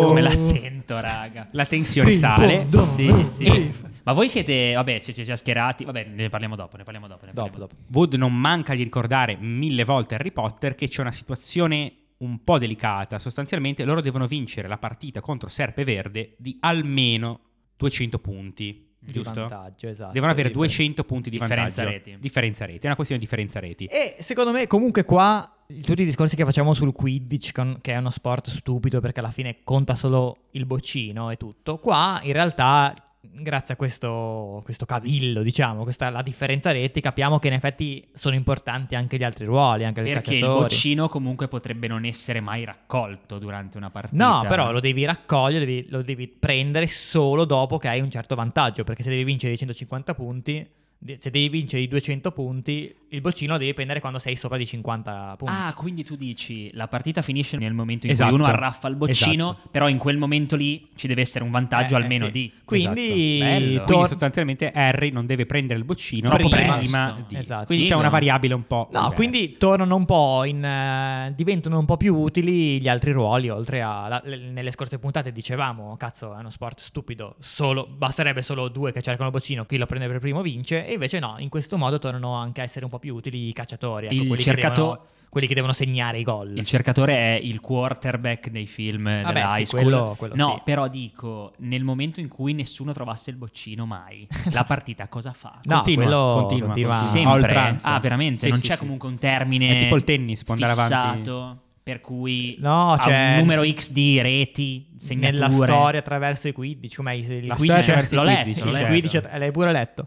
Oh.
Come la sento, raga.
La tensione
Grinfo.
sale.
Do-
Sì,
Eh,
sì.
eh.
Ma voi siete, vabbè, siete già schierati. Vabbè, ne parliamo dopo, ne parliamo dopo. ne
Dopo,
parliamo
dopo.
Wood non manca di ricordare mille volte a Harry Potter che c'è una situazione un po' delicata. Sostanzialmente loro devono vincere la partita contro Serpeverde di almeno 200 punti,
Di
giusto?
vantaggio, esatto.
Devono avere
Differen-
200 punti di
Differenza
vantaggio.
reti.
Differenza reti. È una questione di differenza reti.
E secondo me, comunque, qua tutti i discorsi che facciamo sul Quidditch, con- che è uno sport stupido perché alla fine conta solo il boccino e tutto, qua in realtà grazie a questo, questo cavillo, diciamo, questa la differenza reti, capiamo che in effetti sono importanti anche gli altri ruoli, anche i
Perché il
calciatori.
boccino comunque potrebbe non essere mai raccolto durante una partita.
No, però lo devi raccogliere, devi- lo devi prendere solo dopo che hai un certo vantaggio, perché se devi vincere i 150 punti, de- se devi vincere i 200 punti, il boccino lo devi prendere quando sei sopra di 50 punti.
Ah, quindi tu dici la partita finisce nel momento in
Esatto.
cui uno arraffa il boccino,
Esatto.
però in quel momento lì ci deve essere un vantaggio
Eh,
almeno
sì.
di.
Quindi,
Esatto. Bello.
Quindi
tor-
sostanzialmente Harry non deve prendere il boccino
Troppo
prima
presto.
di...
Esatto.
Quindi c'è
Figo.
una variabile un po'...
No,
diversa.
quindi tornano un po' in. eh, diventano un po' più utili gli altri ruoli. Oltre a. la- le- nelle scorse puntate dicevamo: cazzo, è uno sport stupido. Solo, basterebbe solo due che cercano il boccino, chi lo prende per primo vince. E invece no, in questo modo tornano anche a essere un po' più utili i cacciatori. ecco,
Il
quelli,
cercato-
che devono, quelli che devono segnare i gol.
Il cercatore è il quarterback dei film
Vabbè,
della
sì,
high school.
quello- quello
no,
sì.
però dico, nel momento in cui nessuno trovasse il
[laughs]
boccino mai, la partita cosa fa?
No,
continua,
quello
continua,
continua.
continua.
Sempre.
A oltranza.
Ah, veramente?
Sì,
non
sì,
c'è
sì.
comunque un termine
È tipo il tennis, può andare avanti.
fissato, Per cui
No, cioè,
ha
c'è-
un numero X di reti, segnature.
Nella storia attraverso i 15. Come il 15
La storia attraverso i
l'ho letto,
15,
l'ho
Il
letto.
certo.
15 eh, l'hai pure letto.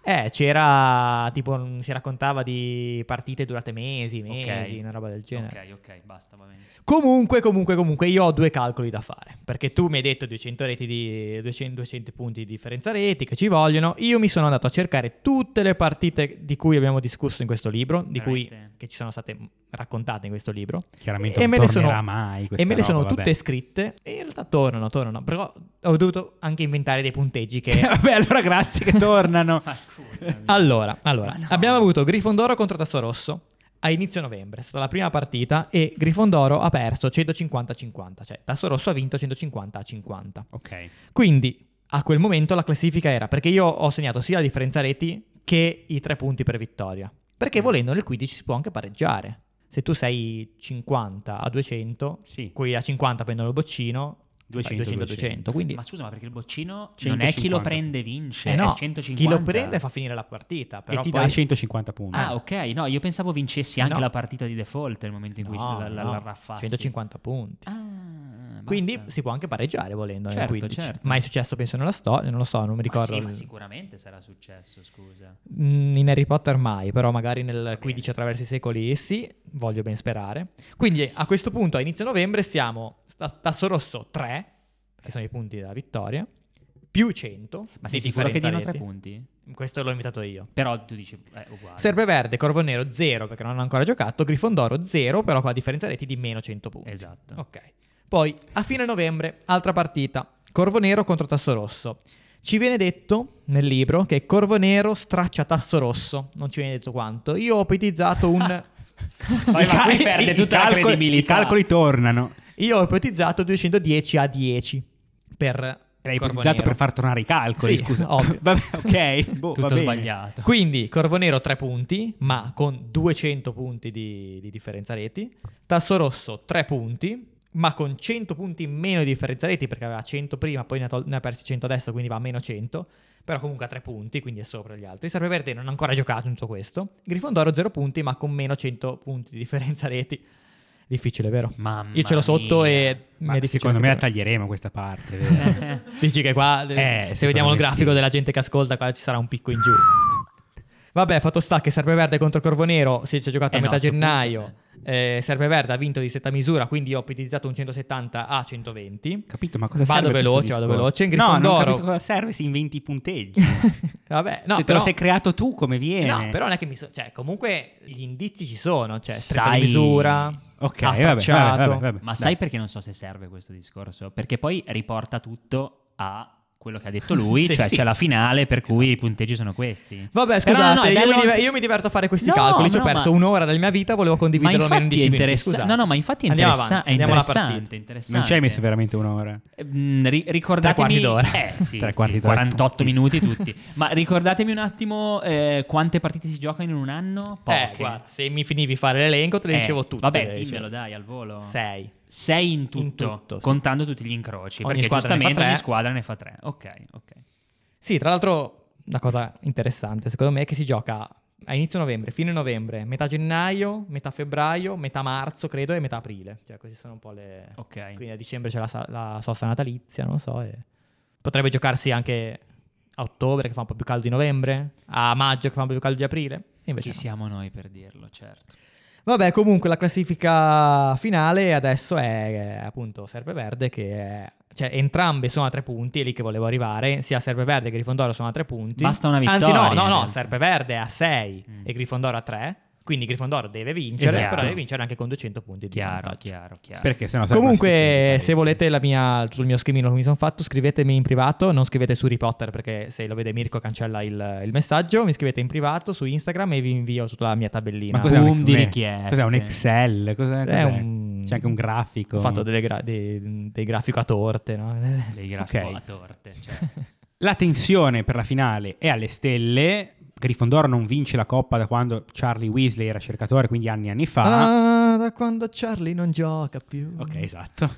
Eh, c'era tipo mm, si raccontava di partite durate mesi,
Ok.
mesi, una roba del genere.
Ok, ok, basta, va bene. [laughs]
Comunque, comunque, comunque, io ho due calcoli da fare. Perché tu mi hai detto 200, reti di, 200, 200 punti di differenza reti che ci vogliono. Io mi sono andato a cercare tutte le partite di cui abbiamo discusso in questo libro, di cui
Veramente?
che ci sono state raccontate in questo libro.
Chiaramente
E
non
me le sono-
tornerà mai questa
e me le sono
roba,
tutte
vabbè.
scritte. E in realtà tornano, tornano. Però ho dovuto anche inventare dei punteggi
[laughs]
che
Vabbè, allora grazie che tornano.
Ma scusa.
[laughs] Allora, allora,
Ma no.
abbiamo avuto Grifondoro contro Tasso Rosso a inizio novembre, è stata la prima partita e Grifondoro ha perso 150-50, cioè Tasso Rosso ha vinto 150-50.
ok.
Quindi a quel momento la classifica era perché io ho segnato sia la differenza reti che i tre punti per vittoria,
Mm.
perché volendo nel 15 si può anche pareggiare. Se tu sei 50 a 200,
[laughs] Sì.
quelli a 50 prendono il boccino, eh,
200,
200-200, quindi
Ma scusa, ma perché il boccino non è chi lo
150.
prende vince,
eh no,
è 150.
chi lo prende fa finire la partita, però
e ti
poi...
dà 150 punti.
Ah, ok, no, io pensavo vincessi anche
Eh. No.
la partita di default nel momento in cui
No,
la, la,
no,
la raffassi.
150 punti.
Ah, basta.
Quindi si può anche pareggiare volendo nel
Certo,
15.
certo.
Mai successo penso nella storia, non lo so, non mi
Ma
ricordo.
sì, ma sicuramente sarà successo, scusa.
Mm, In Harry Potter mai, però magari nel
bene.
15 attraverso i secoli sì, voglio ben sperare. Quindi a questo punto a inizio novembre siamo sta- tasso rosso 3, che sono i punti della vittoria, più 100.
Ma
di
sei sicuro che
differenza
diano tre
reti.
punti?
Questo l'ho inventato io.
Però tu dici, è uguale.
Serpeverde, Corvo Nero 0 perché non hanno ancora giocato, Grifondoro 0 però con la differenza reti di meno 100 punti.
Esatto.
Ok. Poi a fine novembre, altra partita, Corvo Nero contro Tasso Rosso. Ci viene detto nel libro che Corvo Nero straccia Tasso Rosso, non ci viene detto quanto. Io ho ipotizzato un
[laughs]
Poi
I
ma qui
cal-
perde
i
tutta la
calcoli-
credibilità.
I calcoli tornano.
io ho ipotizzato 210 a 10 per
L'hai
Corvo
ipotizzato
Nero.
per far tornare i calcoli,
Sì,
scusa.
ovvio.
[laughs] Vabbè, ok.
[laughs]
boh, va
Tutto
bene.
sbagliato.
Certo. Quindi Corvo Nero 3 punti, ma con 200 punti di, di differenza reti. Tasso Rosso 3 punti, ma con 100 punti in meno di differenza reti perché aveva 100 prima, poi ne ha, tol- ne ha persi 100 adesso, quindi va a meno 100. Però comunque ha 3 punti, quindi è sopra gli altri. Serpeverde non ha ancora giocato in tutto questo. Grifondoro 0 punti, ma con meno 100 punti di differenza reti. Difficile, vero?
Mamma
Io ce l'ho sotto
mia.
e mi è
Ma
difficile
secondo me la
capire.
taglieremo questa parte.
[laughs]
Eh, vero?
[laughs]
Dici che qua,
Eh,
se vediamo il
secondo me
grafico
sì.
della gente che ascolta, qua ci sarà un picco in giù. Vabbè, fatto sta che Serpeverde contro Corvonero si ci ha giocato
Eh
a
no,
metà
a sto punto,
gennaio. Eh, Serpeverde ha vinto di setta misura, quindi ho ipotizzato un 170 a 120.
Capito? Ma cosa
Vado
serve questo
veloce, vado
discorso?
veloce. In
No, non
Grifondoro-
capisco cosa serve se inventi
[laughs]
i punteggi.
Vabbè, no,
se te
però,
lo sei creato tu, come viene?
no, però non è che mi so- cioè, comunque gli indizi ci sono, cioè stretta
Sai-
di misura,
Ok,
ha
vabbè, vabbè,
stracciato.
vabbè, vabbè.
Ma sai perché non so se serve questo discorso? Perché poi riporta tutto a quello che ha detto lui,
[laughs] Sì,
cioè
sì. Esatto.
c'è la finale per cui i punteggi sono questi.
Vabbè,
Però no, no,
scusate,
è
io,
bello
mi diver-
anche-
io mi diverto a fare questi
No,
calcoli. Ci ho
no,
perso
ma-
un'ora della mia vita, volevo condividerlo
ma
almeno in 10
infatti è
minuti,
interessante.
scusate.
No, no, ma infatti è,
Andiamo
interessa-
avanti,
è
andiamo alla
interessante,
partita.
interessante.
non ci hai messo veramente un'ora.
Mm, ri- ricordatemi
[laughs] Tre quarti d'ora.
Eh, sì,
Tre
sì,
quarti d'ora
48
tutti.
minuti
[laughs]
tutti. Ma ricordatemi un attimo eh, quante partite si giocano in un anno? Poche.
Eh, guarda, se mi finivi fare l'elenco te le
Eh,
dicevo tutte.
Vabbè,
le
dimmelo
dicevo.
dai al volo.
Sei.
Sei in tutto,
tutto, sì.
contando tutti gli incroci,
Ogni
perché
squadra ne fa
giustamente ogni
tre.
squadra ne fa tre. Ok, ok.
Sì, tra l'altro una cosa interessante secondo me è che si gioca a inizio novembre, fine novembre, metà gennaio, metà febbraio, metà marzo credo e metà aprile. Cioè queste sono un po' le...
Ok.
Quindi a dicembre c'è la, sa- la sosta natalizia, non so. e Potrebbe giocarsi anche a ottobre che fa un po' più caldo di novembre, a maggio che fa un po' più caldo di aprile. E invece
Chi
no.
siamo noi per dirlo, certo.
Vabbè, comunque la classifica finale adesso è eh, appunto Serpeverde che è... Cioè, entrambe sono a tre punti, è lì che volevo arrivare. Sia Serpeverde che Grifondoro sono a tre punti.
Basta una vittoria,
Anzi, no,
in
no, no,
realtà.
Serpeverde è a sei
Mm.
e Grifondoro a tre. Quindi Grifondoro deve vincere,
Esatto.
però deve vincere anche con 200 punti di
Chiaro,
vantaggio.
chiaro, chiaro.
Perché sennò sarebbe una
Comunque,
situazione
se volete la mia, sul mio schemino che mi sono fatto, scrivetemi in privato. Non scrivete su Harry Potter perché se lo vede Mirko cancella il, il messaggio. Mi scrivete in privato su Instagram e vi invio tutta la mia tabellina. Uh,
Ma cos'è
Boom
un,
di
com'è?
richieste.
Cos'è un Excel? Cos'è, cos'è?
un-
C'è anche un grafico.
Ho fatto delle gra- dei, dei grafico a torte, no?
Dei grafico
Ok.
a torte. Cioè.
[laughs] La tensione per la finale è alle stelle. Grifondoro non vince la coppa da quando Charlie Weasley era cercatore, quindi anni e anni fa.
Ah, da quando Charlie non gioca più.
Ok, esatto.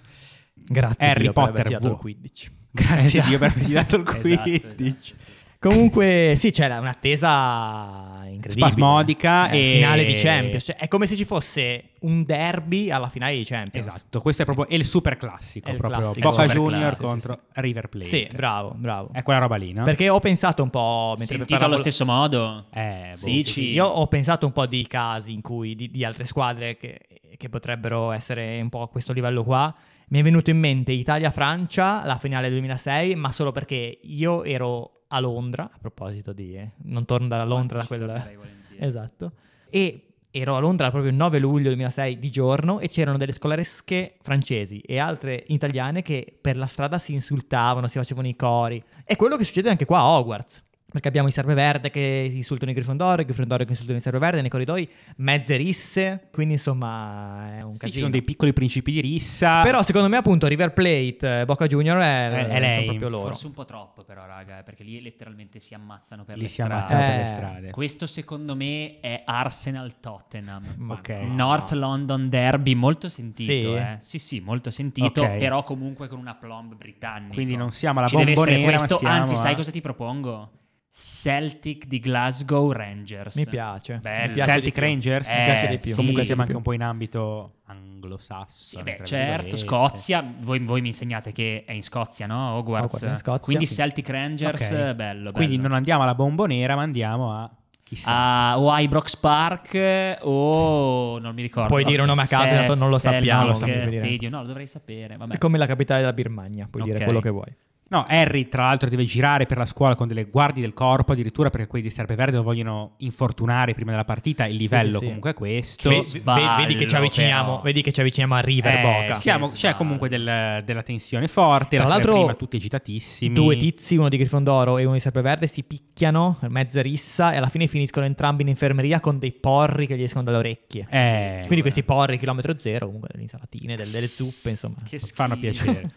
Grazie
Harry
Dio per aver
Potter
girato
V.
il 15.
Grazie a Dio per averci dato
[laughs]
[laughs]
il
Esatto,
15.
esatto, sì, sì.
Comunque, sì, c'era un'attesa incredibile.
Spasmodica
Eh,
e-
Finale di Champions. Cioè, è come se ci fosse un derby alla finale di Champions.
Esatto, questo è proprio è il super classico.
È il
proprio
classico
Boca
super
Junior
classico,
contro River Plate.
Sì, bravo, bravo.
È quella roba lì, Ecco, no?
Perché ho pensato un po'... Mentre
Sentito
preparavo-
allo stesso modo?
Eh, boh,
Sì,
sì,
ci-
Io ho pensato un po' di casi in cui di, di altre squadre che, che potrebbero essere un po' a questo livello qua. Mi è venuto in mente Italia-Francia, la finale 2006, ma solo perché io ero a Londra, a proposito di... eh, non torno da Londra da
Ci
quella...
tornerei volentieri.
Esatto. E ero a Londra proprio il 9 luglio 2006 di giorno e c'erano delle scolaresche francesi e altre italiane che per la strada si insultavano, si facevano i cori. È quello che succede anche qua a Hogwarts. Perché abbiamo i serveverde che insultano i Gryffindor, i Gryffindor che insultano i serveverde nei corridoi, mezze risse, quindi insomma è un
Sì,
casino.
ci sono dei piccoli principi di rissa.
Però secondo me appunto River Plate, eh, Boca Junior è,
È- è
sono
lei.
proprio loro.
Forse un po' troppo però, raga, eh, perché lì letteralmente si ammazzano per
lì
le
si
strade.
ammazzano per
Eh.
le strade.
Questo secondo me è Arsenal Tottenham.
Ma
Ok.
North London Derby molto sentito,
Sì?
eh. Sì, sì, molto sentito,
Ok.
però comunque con una plomb britannica.
Quindi non siamo alla
Ci deve essere
bombonera, ma
questo,
siamo eh.
anzi,
a-
sai cosa ti propongo? Celtic di Glasgow Rangers.
Mi piace.
Bello.
Mi piace
Celtic
di più.
Rangers Eh,
Mi piace di più.
Eh, sì.
Comunque siamo anche
più.
un po' in ambito anglosassone.
Sì, beh,
tra
certo,
virgolette.
Scozia, voi, voi mi insegnate che è in Scozia, no? Hogwarts.
Hogwarts è in Scozia,
Quindi
sì.
Celtic Rangers,
Ok.
bello, bello.
Quindi non andiamo alla bombonera, ma andiamo a chissà.
Ah, o Ibrox Park eh, o non mi ricordo.
Puoi
Vabbè,
dire un nome a caso,
Cel-
tanto non lo
Celtic
sappiamo,
non lo
sappiamo dire.
Stadium. No, lo dovrei sapere. Vabbè.
È come la capitale della Birmania, puoi
Ok.
dire quello che vuoi.
No, Harry tra l'altro deve girare per la scuola con delle guardie del corpo, addirittura perché quelli di Serpeverde lo vogliono infortunare prima della partita, il livello
Sì, sì, sì.
comunque è questo.
Che
Ve-
Eh,
ve- vedi che ci
sballo,
avviciniamo,
però. Eh,
vedi che ci avviciniamo a River Boca.
siamo-
Che
c'è
sballo.
comunque del- della tensione
Tra
forte, la sera
l'altro,
prima tutti agitatissimi.
Due tizi, uno di Grifondoro e uno di Serpeverde, si picchiano, mezza rissa, e alla fine finiscono entrambi in infermeria con dei porri che gli escono dalle orecchie.
Eh,
Quindi questi porri, chilometro zero, comunque delle insalatine, delle, delle zuppe, insomma.
Che
fanno
schifo.
[laughs] piacere.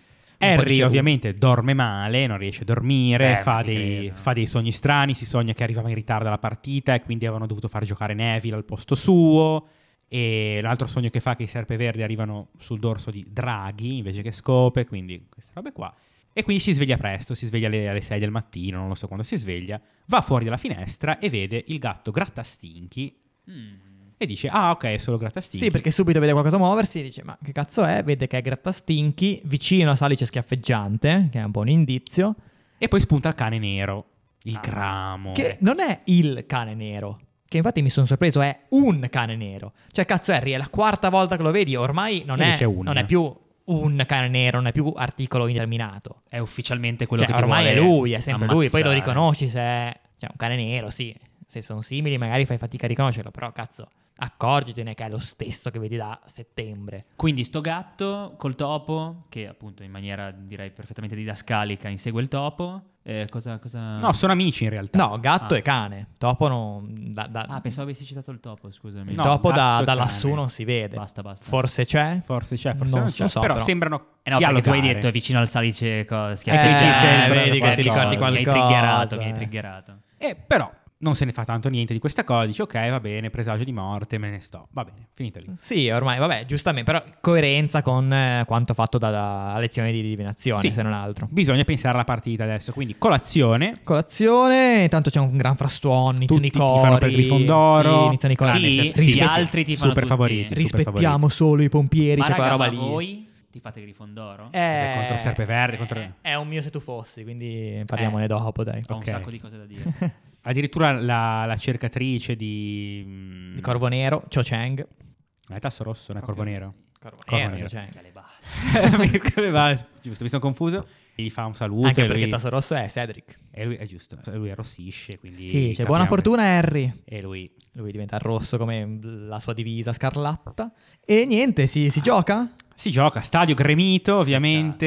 Un po' di
Harry
cerume.
ovviamente dorme male, non riesce a dormire,
Eh,
fa,
ma ti
dei,
credo.
fa dei sogni strani, si sogna che arrivava in ritardo alla partita e quindi avevano dovuto far giocare Neville al posto suo e l'altro sogno che fa è che i serpeverdi arrivano sul dorso di Draghi invece che Scope, quindi queste robe qua. E quindi si sveglia presto, si sveglia alle, alle 6 del mattino, non lo so quando si sveglia, va fuori dalla finestra e vede il gatto Grattastinchi
Mm.
e dice "Ah, ok, è solo Grattastinchi".
Sì, perché subito vede qualcosa muoversi e dice: Ma che cazzo è? Vede che è grattastinchi. Vicino a Salice schiaffeggiante, che è un po' un indizio.
E poi spunta il cane nero, il
Ah.
gramo.
Che non è il cane nero. Che infatti mi sono sorpreso, è un cane nero. Cioè, cazzo, Harry, è la quarta volta che lo vedi, ormai non,
E
è,
dice un.
non è più un cane nero, non è più articolo indeterminato.
È ufficialmente quello
Cioè,
che ti
ormai è
vuole
lui, è sempre lui. Poi lo
ammazzare.
riconosci se è cioè, un cane nero, sì. Se sono simili, magari fai fatica a riconoscerlo, però cazzo, accorgitene che è lo stesso che vedi da settembre.
Quindi sto gatto col topo, che appunto in maniera direi perfettamente didascalica insegue il topo. eh, cosa, cosa...
No, sono amici in realtà.
No, gatto
Ah.
e cane. Topo non. Da, da-
Ah, pensavo avessi citato il topo, scusami.
il
no,
topo da,
gatto e
da lassù
cane.
non si vede.
Basta, basta.
Forse c'è.
Forse c'è, forse
Non
non,
lo
c'è.
so,
però,
però.
sembrano
Eh no, perché tu hai
dialogare.
detto è vicino al salice cosa,
Eh,
sembra
vedi che ti ricordi
Mi hai
qualcosa,
triggerato, mi hai
eh.
triggerato.
Eh, però non se ne fa tanto niente di questa cosa. Dice, ok, va bene, presagio di morte, me ne sto. Va bene, finito lì.
Sì, ormai, vabbè, giustamente, però coerenza con eh, quanto fatto da, da lezioni di divinazione,
Sì.
se non altro.
Bisogna pensare alla partita adesso. Quindi colazione.
Colazione, intanto c'è un gran frastuono, iniziano
Tutti
i cori.
tifano per Grifondoro.
Sì, iniziano i cori.
Sì,
Sì,
gli
sì,
altri ti fanno
super favoriti.
tutti.
super
Rispettiamo solo i pompieri,
Ma
c'è quella
raga,
roba
ma
lì.
voi Ti fate Grifondoro?
È,
Vabbè, contro Serpeverde, contro-
Eh, è un mio se tu fossi, quindi parliamone
Eh.
dopo, dai.
Ho
[laughs] ok.
un sacco di cose da dire.
Addirittura la, la cercatrice di... mm,
Di Corvo Nero, Cho Chang.
Ma è tasso rosso, non è corvo nero. [laughs]
Corvo
Nero.
Cho Chang.
Dalle basi.
Come va? Giusto, mi sono confuso. Gli fa un saluto
Anche
e,
perché
lui,
Tasso Rosso è Cedric.
e lui è giusto. E Lui arrossisce, quindi...
Sì, c'è
capiamo
buona
che-
fortuna Harry.
E lui...
Lui diventa rosso come la sua divisa scarlatta. E niente, si, si gioca.
Si gioca, stadio gremito ovviamente.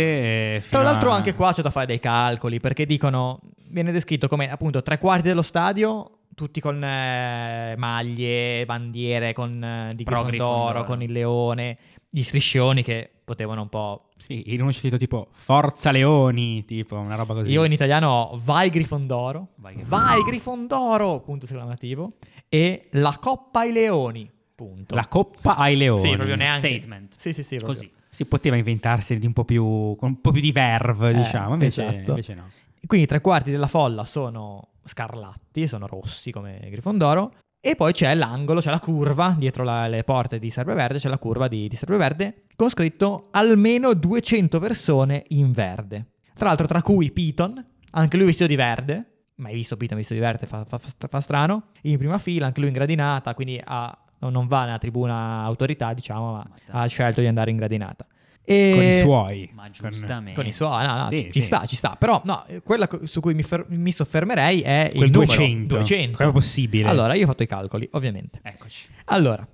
eh, fino
Tra
a-
l'altro anche qua c'è da fare dei calcoli perché dicono, viene descritto come appunto tre quarti dello stadio, tutti con eh, maglie, bandiere, con eh, di
Pro
Grifondoro,
Grifondoro.
con il leone, gli striscioni che potevano un po'...
Sì, in uno c'è scritto tipo Forza Leoni, tipo una roba così.
Io in italiano ho Vai Grifondoro,
Vai
Vai,
Grifondoro.
Grifondoro, punto esclamativo, e La Coppa ai Leoni, punto.
La Coppa ai Leoni.
Sì, proprio neanche.
Statement.
Sì, sì, sì, proprio.
Così.
Si poteva inventarsi di un po' più, con un po' più di verve,
Eh,
diciamo, invece,
esatto.
invece no.
Quindi tre quarti della folla sono scarlatti, sono rossi come Grifondoro. E poi c'è l'angolo, c'è la curva, dietro la- le porte di Serpeverde c'è la curva di, di Serpeverde con scritto almeno 200 persone in verde. Tra l'altro tra cui Piton, anche lui vestito di verde, mai visto Piton vestito di verde, fa, fa- fa- fa strano, in prima fila, anche lui in gradinata, quindi ha- non va nella tribuna autorità, diciamo, ma
Ma sta-
Ah,
ha scelto di andare in gradinata. E...
Con i suoi.
Ma
con-
giustamente.
Con i suoi, no, no,
Eh. Sì,
ci,
sì.
ci sta, ci sta. Però no, eh, quella co- su cui mi, fer- mi soffermerei è
Quel
il numero,
200.
200.
Come è possibile?
Allora, io ho fatto i calcoli, ovviamente.
Eccoci.
Allora,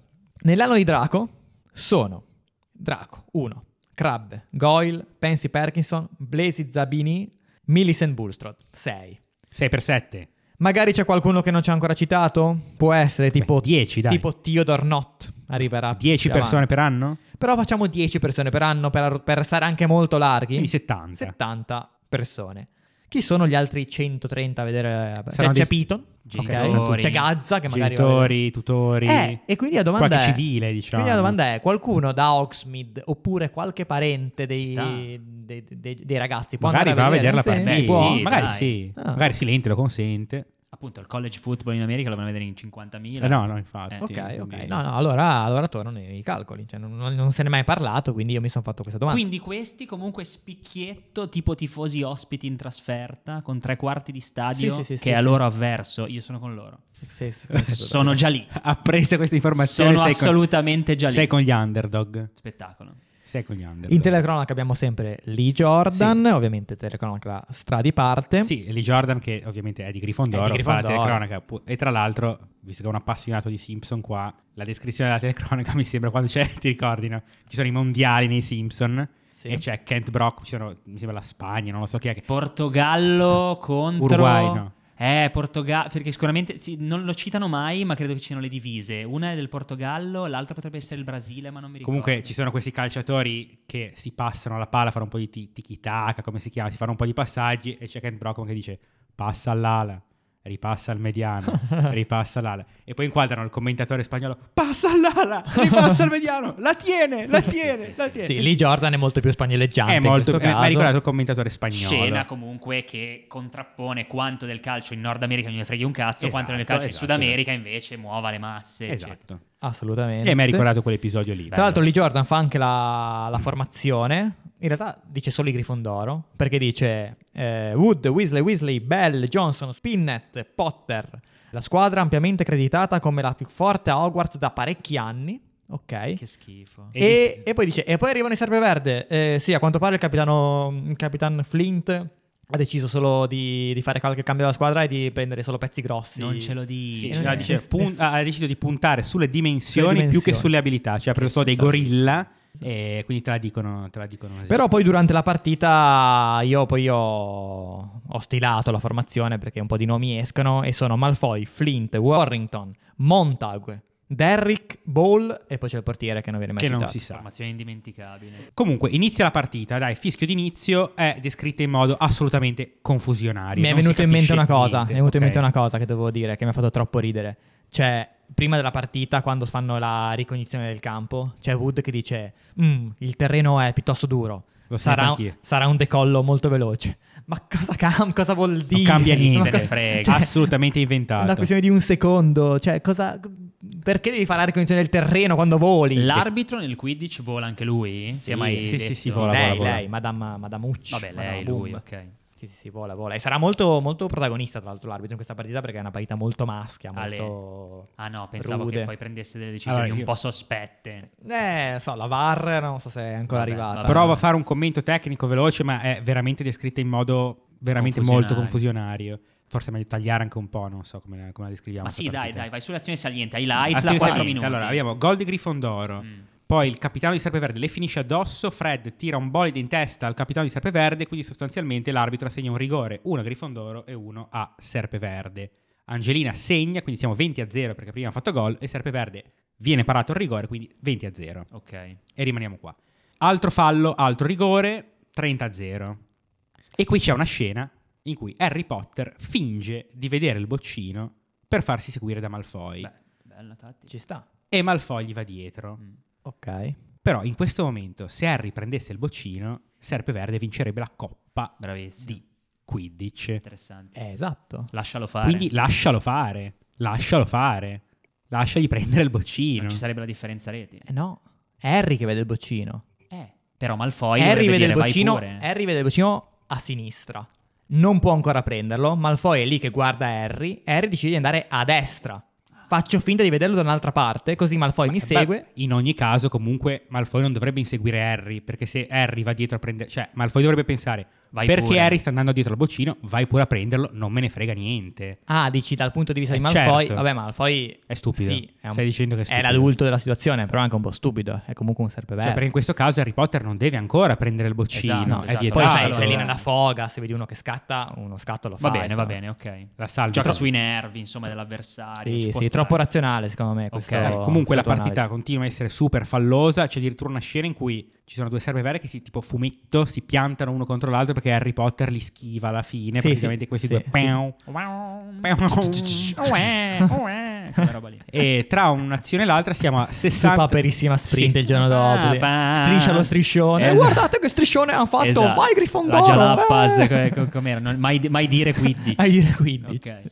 nell'anno di Draco sono Draco 1, Crabbe, Goyle, Pansy Parkinson, Blazy Zabini, Millicent Bulstrode, 6.
6 per 7.
Magari c'è qualcuno che non ci ha ancora citato? Può essere tipo,
10, dai.
tipo Theodore Knott arriverà.
10
più
persone
avanti.
per anno?
Però facciamo 10 persone per anno per, per stare anche molto larghi.
Quindi 70.
70 persone. Chi sono gli altri 130 a vedere? Cioè,
Saranno
c'è
dei-
Piton,
Genitori.
ok? c'è Gazza che magari...
Genitori, tutori.
Eh, e quindi la domanda
Qualche
è...
civile, diciamo.
Quindi la domanda è, qualcuno da Oxmid oppure qualche parente dei,
Ci sta.
dei- dei- dei ragazzi può
Magari va a
andare
vedere la
Non si-
partita.
Beh,
si può?
sì,
magari
dai.
sì.
Ah.
Magari sì, l'ente lo [laughs] consente.
Appunto, il college football in America lo vanno a vedere in 50.000.
Eh, no, no, infatti.
Eh,
Ok, ok.
Quindi-
No, no, allora, allora tornano i calcoli. Cioè, non, non se ne è mai parlato, quindi io mi sono fatto questa domanda.
Quindi questi comunque spicchietto tipo tifosi ospiti in trasferta con tre quarti di stadio
Sì, sì, sì, sì,
che è a
sì.
loro avverso. Io sono con
[laughs]
loro.
Sì, sì,
Eh,
sì, sì, sì.
Sono già lì.
Appresa questa informazione.
Sono
sei con-
assolutamente già lì.
Sei con gli underdog.
Spettacolo.
Sei con gli underdog.
In telecronaca abbiamo sempre Lee Jordan, ovviamente telecronaca stra di parte.
Sì, Lee Jordan che ovviamente è di Grifondoro,
È di
fa la
Grifondoro.
telecronaca pu- e tra l'altro, visto che è un appassionato di Simpson qua, la descrizione della telecronaca [laughs] mi sembra quando c'è, ti ricordi, no? Ci sono i mondiali nei Simpson
Sì.
e c'è Kent Brock, ci sono, mi sembra la Spagna, non lo so chi è che...
Portogallo contro...
Uruguay, no.
Eh, Portogallo, perché sicuramente sì, non lo citano mai, ma credo che ci siano le divise. Una è del Portogallo, l'altra potrebbe essere il Brasile, ma non mi ricordo.
Comunque ci sono questi calciatori che si passano la palla, fanno un po' di ti- tiki-taka, come si chiama, si fanno un po' di passaggi e c'è Kent Brock che dice passa all'ala, ripassa al
[laughs]
mediano, ripassa all'ala. E poi inquadrano il commentatore spagnolo, passa all'ala, ripassa al mediano, la tiene,
[laughs]
la tiene, la tiene.
Sì, Lee Jordan è molto più spagnoleggiante.
È molto,
in
mi
questo
ha
caso.
ricordato il commentatore spagnolo.
Scena comunque che contrappone quanto del calcio in Nord America non ne freghi un cazzo, quanto
Esatto,
nel calcio
esatto.
in Sud America invece muova le masse. eccetera.
Esatto.
Assolutamente.
E mi ha ricordato quell'episodio lì.
Tra l'altro, Lee Jordan fa anche la, la formazione. In realtà dice solo i Grifondoro, perché dice eh, Wood, Weasley, Weasley, Bell, Johnson, Spinnet, Potter. La squadra ampiamente creditata come la più forte a Hogwarts da parecchi anni. Ok.
Che schifo.
E, e poi dice, e poi arrivano i Serpeverde. Eh, sì, a quanto pare il capitano il Capitan Flint ha deciso solo di, di fare qualche cambio alla squadra e di prendere solo pezzi grossi.
Non ce lo
Sì,
dici.
ce
eh,
l'ha dice, Esatto.
es-
pun-
es-
ha deciso di puntare sulle dimensioni,
Sulle
più che
dimensioni.
sulle abilità. Cioè, ha preso solo dei
Esatto.
gorilla e quindi te la dicono. Te la dicono così.
Però poi durante la partita io poi ho, ho stilato la formazione perché un po' di nomi escono e sono Malfoy, Flint, Warrington, Montague, Derrick, Ball e poi c'è il portiere che non viene mai
che non
citato.
si sa.
Formazione indimenticabile.
Comunque, inizia la partita, dai, fischio d'inizio è descritta in modo assolutamente confusionario.
Mi è
non si
venuta in mente una
capisce
cosa,
niente,
mi è venuta in
ok?
mente una cosa che devo dire, che mi ha fatto troppo ridere. Cioè, prima della partita, quando fanno la ricognizione del campo, c'è Wood che dice, "Mm, il terreno è piuttosto duro,
Lo sento
sarà,
anch'io.
sarà un decollo molto veloce. Ma cosa, cam- cosa vuol dire?
Non cambia
Sono
niente,
co-
frega.
cioè,
[laughs] assolutamente
Esatto.
Una
inventato.
questione di un secondo, cioè cosa... perché devi fare la ricognizione del terreno quando voli?
L'arbitro nel Quidditch vola anche lui? Si è mai
sì, sì,
detto? Eh,
sì, vola,
lei,
vola, vola.
lei, Madame, Madame Ucci.
Vabbè,
Madame
lei,
Boom.
lui, ok.
Sì, sì, sì, vola, vola. E sarà molto, molto protagonista, tra l'altro, l'arbitro in questa partita perché è una partita molto maschia,
Ale.
molto...
Ah no, pensavo
rude.
che poi prendesse delle decisioni
Allora,
un
io-
po' sospette.
Eh, so, la VAR, non so se è ancora
Vabbè,
arrivata.
vabbè.
Provo a fare un commento tecnico veloce, ma è veramente descritta in modo veramente molto
Confusionario.
confusionario. Forse è meglio tagliare anche un po', non so come la, come la descriviamo.
Ma
sta
sì, dai,
partita.
dai, vai sulle azioni salienti, highlights da
Azione
4
saliente.
minuti.
eh. Allora, abbiamo gol di Grifondoro.
Mm.
Poi il capitano di Serpeverde le finisce addosso. Fred tira un bolide in testa al capitano di Serpeverde. Quindi sostanzialmente l'arbitro assegna un rigore, uno a Grifondoro e uno a Serpeverde. Angelina segna, quindi siamo 20 a 0 perché prima ha fatto gol. E Serpeverde viene parato il rigore, quindi 20 a 0.
Ok.
E rimaniamo qua. Altro fallo, altro rigore, 30 a 0. E qui c'è una scena in cui Harry Potter finge di vedere il boccino per farsi seguire da Malfoy.
Beh, bella tattica.
Ci sta.
E Malfoy gli va dietro.
Mm.
Ok. Eh,
Però in questo momento, se Harry prendesse il boccino, Serpeverde vincerebbe la coppa
Bravissimo.
di Quidditch.
Interessante.
Eh, esatto.
Lascialo fare.
Quindi lascialo fare, lascialo fare, lasciagli prendere il boccino.
non ci sarebbe la differenza reti.
Eh no, è Harry che vede il boccino.
Eh, però Malfoy
Harry
dovrebbe
vede, il
dire, "Vai
boccino,
pure".
Harry vede il boccino a sinistra. Non può ancora prenderlo. Malfoy è lì che guarda Harry. Harry decide di andare a destra. Faccio finta di vederlo da un'altra parte, così Malfoy mi
Beh,
segue.
in ogni caso, comunque, Malfoy non dovrebbe inseguire Harry, perché se Harry va dietro a prendere... Cioè, Malfoy dovrebbe pensare,
Vai
perché
pure.
Harry sta andando dietro al boccino, vai pure a prenderlo, non me ne frega niente.
Ah, dici dal punto di vista
Eh,
di Malfoy.
certo.
Vabbè, Malfoy
È stupido.
Sì, è un-
Stai dicendo che è
è
stupido.
l'adulto della situazione, però è anche un po' stupido. È comunque un
Cioè,
serpeverde.
perché in questo caso Harry Potter non deve ancora prendere il boccino,
Esatto,
è
Poi
esatto.
vietato.
Ah,
sai,
allora.
sei lì nella foga, se vedi uno che scatta, uno scatto lo fa. esatto.
Va bene,
insomma.
va bene, ok.
La salva.
Gioca
Però-
sui nervi, insomma, dell'avversario.
Sì,
ci può
sì,
stare.
troppo razionale secondo me. questo-
Ok.
Eh, Comunque
questa tua
la partita
analisi.
continua a essere super fallosa. C'è addirittura una scena in cui ci sono due serve vere che si tipo fumetto, si piantano uno contro l'altro perché Harry Potter li schiva alla fine.
Sì,
praticamente
sì,
questi
sì,
due.
sì.
pew, pew.
Uè, uè, quella roba
[laughs]
lì.
e tra un'azione e l'altra siamo a 60.
Su paperissima sprint
Sì.
il giorno dopo. sì.
Ah,
Striscia lo striscione.
esatto.
Guardate che striscione hanno fatto.
Esatto.
Vai Grifondoro.
La Jalappas,
eh.
co-
[laughs]
co- com'era? Non- mai, mai dire quindi.
Ai dire 15.
Ok.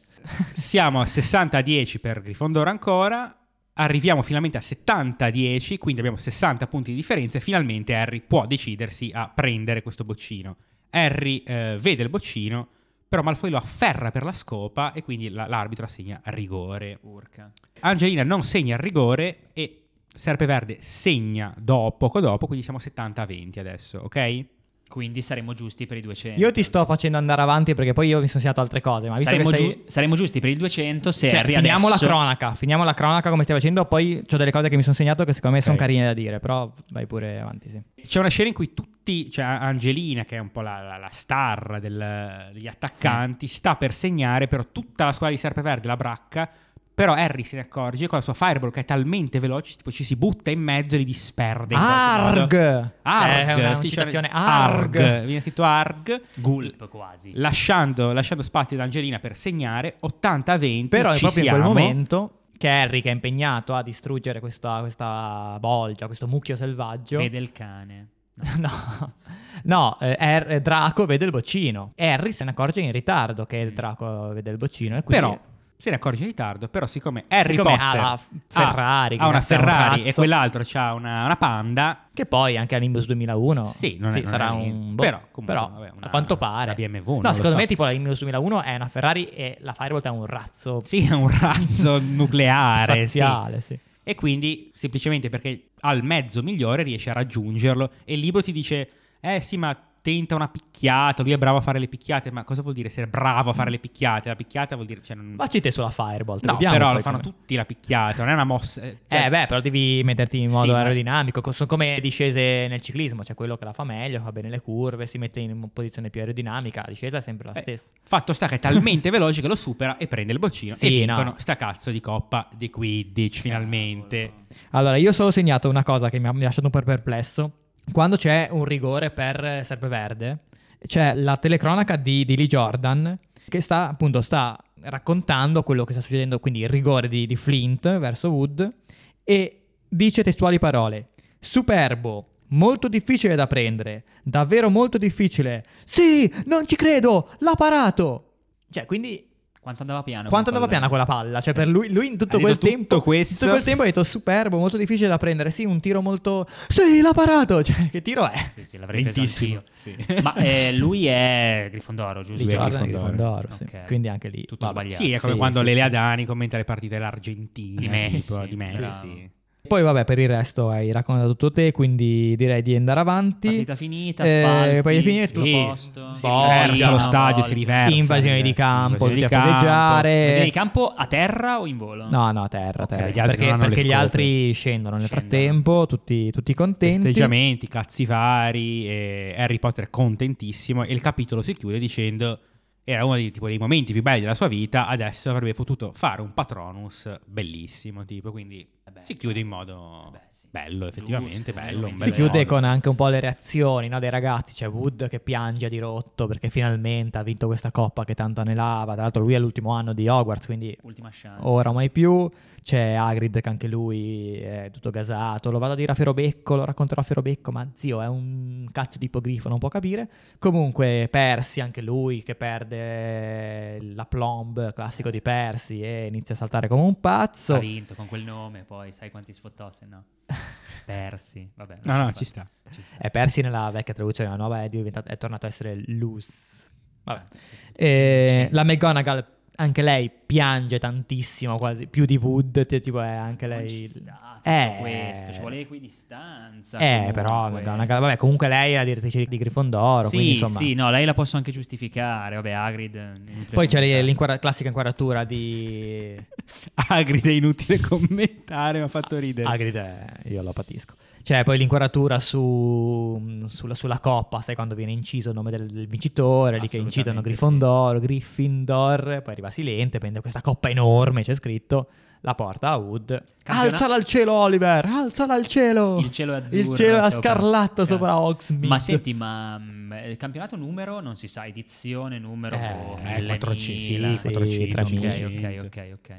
Siamo a 60 a 10 per Grifondoro ancora. Arriviamo finalmente a 70 a 10, quindi abbiamo 60 punti di differenza e finalmente Harry può decidersi a prendere questo boccino. Harry eh, vede il boccino, però Malfoy lo afferra per la scopa e quindi la- l'arbitro assegna rigore.
Urca.
Angelina non segna il rigore e Serpeverde segna do- poco dopo, quindi siamo 70 a 20 adesso, ok?
Quindi saremo giusti per i 200.
Io ti sto facendo andare avanti perché poi io mi sono segnato altre cose. Ma visto
saremo,
che sei...
giu- saremo giusti per il 200 se
Cioè,
Harry
finiamo
adesso...
la cronaca. Finiamo la cronaca come stai facendo. Poi ho delle cose che mi sono segnato che secondo me sono
Ok.
carine da dire. Però vai pure avanti. Sì.
C'è una scena in cui tutti, cioè Angelina, che è un po' la, la- la star del- degli attaccanti, sta per segnare, però tutta la squadra di Serpeverde la bracca. Però Harry se ne accorge con la sua fireball che è talmente veloce, tipo ci si butta in mezzo e li disperde. in qualche modo.
Arg.
Arg!
Eh, È una
sì, c'è-
citazione.
Arg!
Arg.
Viene scritto Arg.
Gulp quasi.
Lasciando, lasciando spazio ad Angelina per segnare 80-20.
Però è
ci
proprio in quel
siamo.
momento che Harry, che è impegnato a distruggere questa, questa bolgia, questo mucchio selvaggio,
Vede il cane.
[laughs] No, no eh, Er- eh, Draco vede il boccino. Harry se ne accorge in ritardo che Draco vede il boccino. E quindi
Mm. Però se ne accorge in ritardo, però siccome Harry
Siccome
Potter
ha la f- Ferrari,
Ah, ha,
che
una
cazzo è un
Ferrari e
razzo.
quell'altro ha una, una Panda,
Che poi anche a Nimbus 2001
Sì, non è- non
sarà
è niente.
un boh,
Però, comunque,
però,
vabbè, una-
a quanto
una
pare
BMW, non
No,
lo
secondo
so.
me tipo la Nimbus 2001 è una Ferrari e la Firebolt è un razzo
sì, [laughs] è un [laughs] razzo nucleare, sì.
spaziale, sì.
E quindi semplicemente perché al mezzo migliore riesce a raggiungerlo e il libro ti dice "Eh sì, ma tenta una picchiata, lui è bravo a fare le picchiate, ma cosa vuol dire essere bravo a fare le picchiate? La picchiata vuol dire cioè non-
Facci te sulla Firebolt,
No,
vediamo
però
poi
lo fanno
come-
tutti la picchiata, non è una mossa eh, cioè-
eh beh, però devi metterti in modo
Sì, ma-
aerodinamico, co- sono come discese nel ciclismo, c'è quello che la fa meglio, fa bene le curve, si mette in posizione più aerodinamica, la discesa è sempre la
Eh,
stessa.
Fatto sta che è
[laughs]
talmente veloce che lo supera e prende il boccino
Sì,
e vincono
no.
sta cazzo di coppa di Quidditch finalmente.
Allora, io ho solo segnato una cosa che mi ha mi ha lasciato un po' perplesso. Quando c'è un rigore per eh, Serpeverde, c'è la telecronaca di, di Lee Jordan che sta appunto sta raccontando quello che sta succedendo, quindi il rigore di, di Flint verso Wood e dice testuali parole. Superbo, molto difficile da prendere, davvero molto difficile. Sì, non ci credo, l'ha parato. Cioè, quindi
Quanto andava piano?
Quanto
con
andava piano quella palla? Cioè, per lui, lui in tutto
Ha
quel
detto tutto
tempo.
questo.
tutto quel tempo ha detto superbo, molto difficile da prendere. Sì, un tiro molto. Sì, l'ha parato. Cioè, che tiro è?
Sì, sì, l'avrei preso
Lentissimo,
anch'io. Ma eh, lui
[laughs]
è Grifondoro, giusto?
Lì
Lui è
Jordan
Grifondoro.
Grifondoro, sì.
Ok.
Quindi anche lì.
Tutto
vabbè.
sbagliato.
Sì, è come
Sì,
quando
sì,
Lele
sì.
Adani commenta le partite dell'Argentina.
Di Messi,
tipo, di Messi.
bravo.
Poi, vabbè, per il resto hai raccontato tutto te. Quindi direi di andare avanti.
Partita finita,
Eh,
spalti,
poi è finito.
tutto a posto.
si
Boh,
riversa
sì,
lo
una
stadio,
volta.
si riversa.
Invasione di campo,
Invasione
tutti a
di campo.
festeggiare.
Invasione di Cioè, campo a terra o in volo?
No, no, a terra, a
Ok,
terra.
gli altri non
perché
hanno
perché
le
gli
scope.
altri scendono nel
Scendono.
frattempo, tutti, tutti contenti.
Festeggiamenti, cazzi vari. e Harry Potter è contentissimo. E il capitolo si chiude dicendo: Era uno dei, tipo, dei momenti più belli della sua vita. Adesso avrebbe potuto fare un patronus bellissimo. Tipo, quindi
Vabbè.
si chiude in modo
Eh, Beh, sì.
bello, effettivamente
Giusto,
bello. un
giusto.
Si
bel
chiude
modo.
con anche un po' le reazioni no, dei ragazzi. C'è Wood che piange a dirotto perché finalmente ha vinto questa coppa che tanto anelava. Tra l'altro, lui è l'ultimo anno di Hogwarts, quindi
Ultima chance.
ora o mai più. C'è Hagrid che anche lui è tutto gasato. Lo vado a dire a Ferobecco, lo racconterò a Ferobecco, ma zio è un cazzo di ippogrifo, non può capire. Comunque Percy, anche lui che perde la plomb classico di Percy e inizia a saltare come un
Ha
pazzo.
vinto con quel nome, poi sai quanti sfottò, se
[laughs]
no. Persi. Vabbè.
No,
non
no,
ce
ci sta.
la faccio, ci sta.
È Percy nella vecchia traduzione, la nuova è, diventato- è tornato a essere Luz. Vabbè.
Eh, sì.
E la McGonagall, anche lei piange tantissimo, quasi più di Wood, t- tipo è anche
Non
lei...
ci sta tutto
Eh.
questo, ci vuole equidistanza.
Eh,
comunque.
però McGonagall, vabbè, comunque lei è la direttrice di Grifondoro, quindi
Sì,
insomma...
sì, no, lei la posso anche giustificare. Vabbè, eh, Agrid. inutile
Poi c'è
commentare.
l'inquadra- classica inquadratura
[laughs]
di
Agri, è inutile commentare, mi ha fatto ridere.
Hagrid, eh, io lo patisco. C'è poi l'inquadratura su, sulla, sulla coppa, sai quando viene inciso il nome del, del vincitore, lì che incidono
Assolutamente sì.
Grifondoro, Gryffindor, poi arriva Silente, prende questa coppa enorme, c'è scritto, la porta a Wood.
Campionato-
Alzala al cielo Oliver, alzala al cielo!
Il cielo è azzurro.
Oh. Il cielo è
sopra-
scarlatto
Chiaro.
sopra Hogsmeade.
Ma senti, ma mm, il campionato numero non si sa, edizione numero
Eh,
boh,
eh,
mille,
400, sì,
mila.
sì, 400,
ok,
500.
ok, ok, ok.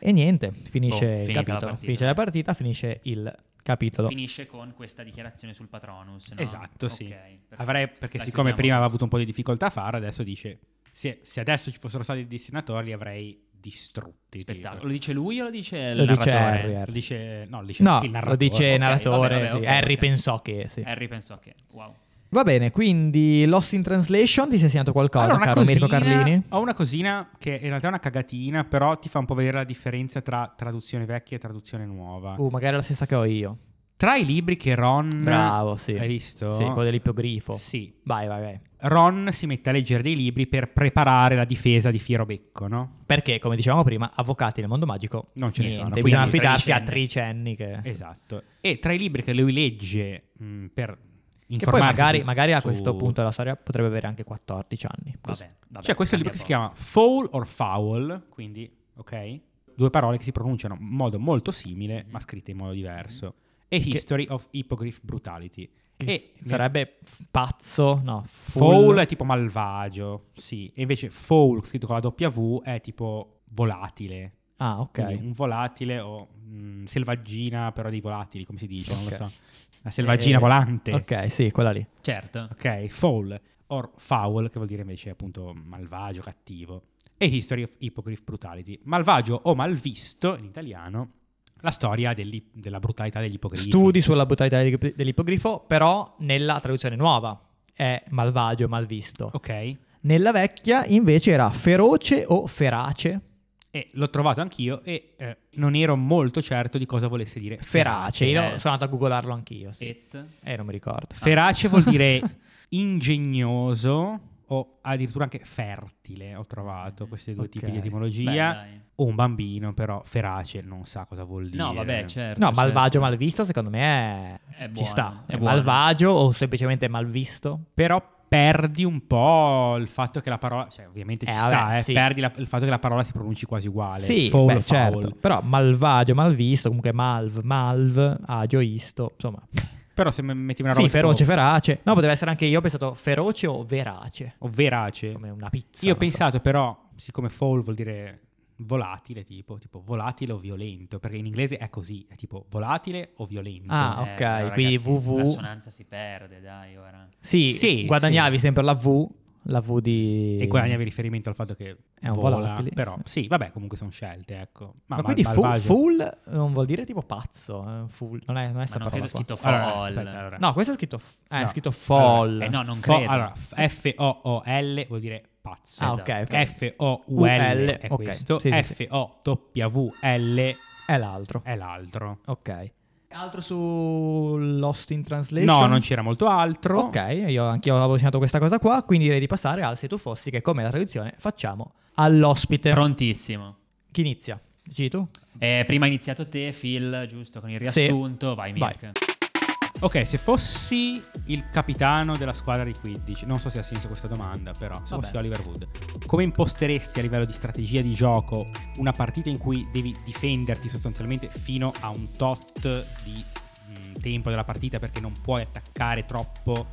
E niente, finisce
Boh,
il
finita la
capitolo.
partita.
finisce la partita, finisce il capitolo.
Finisce con questa dichiarazione sul Patronus, no?
Esatto, sì.
Ok, perfetto.
Avrei, perché
La
siccome
chiudiamo
prima aveva
così.
avuto un po' di difficoltà a farlo, adesso dice, se, se adesso ci fossero stati i destinatori li avrei distrutti. tipo.
Spettacolo. Lo dice lui o lo dice il
Lo dice
narratore?
Harry, eh, Harry.
Lo dice, no, lo dice,
No,
sì, il
lo
narratore.
dice il
ok,
narratore.
vabbè, vabbè,
sì.
ok,
Harry
ok.
pensò che sì.
Harry pensò che, wow.
Va bene, quindi Lost in Translation ti sei segnato qualcosa,
Allora, una
caro Mirko
cosina-
Carlini?
Ho una cosina che in realtà è una cagatina, però ti fa un po' vedere la differenza tra traduzione vecchia e traduzione nuova.
Uh, magari è la stessa che ho io.
Tra i libri che Ron...
Bravo, sì.
Mm, Hai visto?
Sì, quello dell'ippogrifo.
Sì.
Vai, vai, vai.
Ron si mette a leggere dei libri per preparare la difesa di Fierobecco, no?
Perché, come dicevamo prima, avvocati nel mondo magico
Non ce ne
niente,
sono,
Bisogna
quindi
affidarsi a
tricenni.
tricenni che...
Esatto. [laughs] E tra i libri che lui legge mh, per
Che poi
informarsi
magari,
su-
magari a
su-
questo punto della storia potrebbe avere anche 14 anni. Così.
Vabbè, vabbè,
C'è questo libro
cambia
che si
poco.
chiama Foul or Foul, quindi, ok? Due parole che si pronunciano in modo molto simile, ma scritte in modo diverso. E History of Hippogriff Brutality.
Che
E
s- sarebbe f- pazzo, no,
Foul
full,
è tipo malvagio, sì. E invece Foul, scritto con la W, è tipo volatile.
Ah, ok.
Quindi un volatile o mh, selvaggina, però dei volatili, come si dice, non
Ok.
lo so. Una selvaggina
Eh,
volante.
Ok, sì, quella lì.
Certo.
Ok, foul or foul, che vuol dire invece appunto malvagio, cattivo. E History of Hippogriff Brutality. Malvagio o malvisto in italiano, la storia dell'i- della brutalità degli ippogrifi.
Studi sulla brutalità dell'ip- dell'ippogrifo, però nella traduzione nuova è malvagio, malvisto.
Ok, e
Nella vecchia invece era feroce o ferace.
l'ho trovato anch'io e eh, non ero molto certo di cosa volesse dire
Ferace, io
eh.
sono andato a googolarlo anch'io, sì.
Set.
Eh, non mi ricordo.
Ferace vuol dire [laughs] ingegnoso o addirittura anche fertile, ho trovato questi due tipi
Ok.
di
Beh,
etimologia.
dai.
o un bambino però ferace non sa cosa vuol dire.
No, vabbè, certo.
No,
certo.
malvagio, malvisto, secondo me è...
È
ci
buono,
sta.
è
È
buono.
malvagio o semplicemente malvisto?
Però perdi un po' il fatto che la parola, cioè ovviamente ci
Eh,
sta,
vabbè,
eh,
sì.
perdi la- il fatto che la parola si pronunci quasi uguale.
Sì,
Foul,
beh,
foul.
certo. Però malvagio, malvisto, comunque malv, malv, agioisto, insomma.
Però se me- metti una roba
Sì,
tipo-
feroce, ferace. No, poteva essere anche io, ho pensato feroce o verace,
o verace.
come una pizza.
Io ho
non so.
pensato però, siccome foul vuol dire volatile, tipo, tipo volatile o violento, perché in inglese è così, è tipo volatile o violento.
Ah, ok, quindi
Eh, ragazzi,
WW.
L'assonanza si perde, dai, ora.
Sì,
Sì,
guadagnavi sempre la V, La V di...
E guadagnavi riferimento al fatto che
È un
vola,
volatile,
Però
sì.
sì, vabbè, comunque sono scelte, ecco.
Ma,
mal-
quindi fu-
malvagio-
full non vuol dire tipo pazzo, eh, full, non è, non è sta
Ma
parola
no, credo scritto fall.
Allora, aspetta, allora.
No, questo è scritto, f- eh, è
No.
scritto Ah, fall.
Eh no, non
Fo-
credo.
allora, f o o l vuol dire pazzo.
Ah,
esatto.
ok, ok.
F-O-U-L
UL,
è
ok,
questo,
sì, sì, sì.
F-O-W-L
È l'altro.
è l'altro.
Ok. Altro su Lost in Translation?
No, non c'era molto altro.
Ok, io anch'io avevo segnato questa cosa qua, quindi direi di passare al se tu fossi, che come la traduzione facciamo all'ospite.
Prontissimo.
Chi inizia? Dici tu?
Eh, prima hai iniziato te, Phil, giusto, con il
Sì.
riassunto. Vai, Mirk.
Ok, se fossi il capitano della squadra di Quidditch, non so se ha senso questa domanda, però se
Vabbè.
fossi Oliver Wood, come imposteresti a livello di strategia di gioco una partita in cui devi difenderti sostanzialmente fino a un tot di mh, tempo della partita perché non puoi attaccare troppo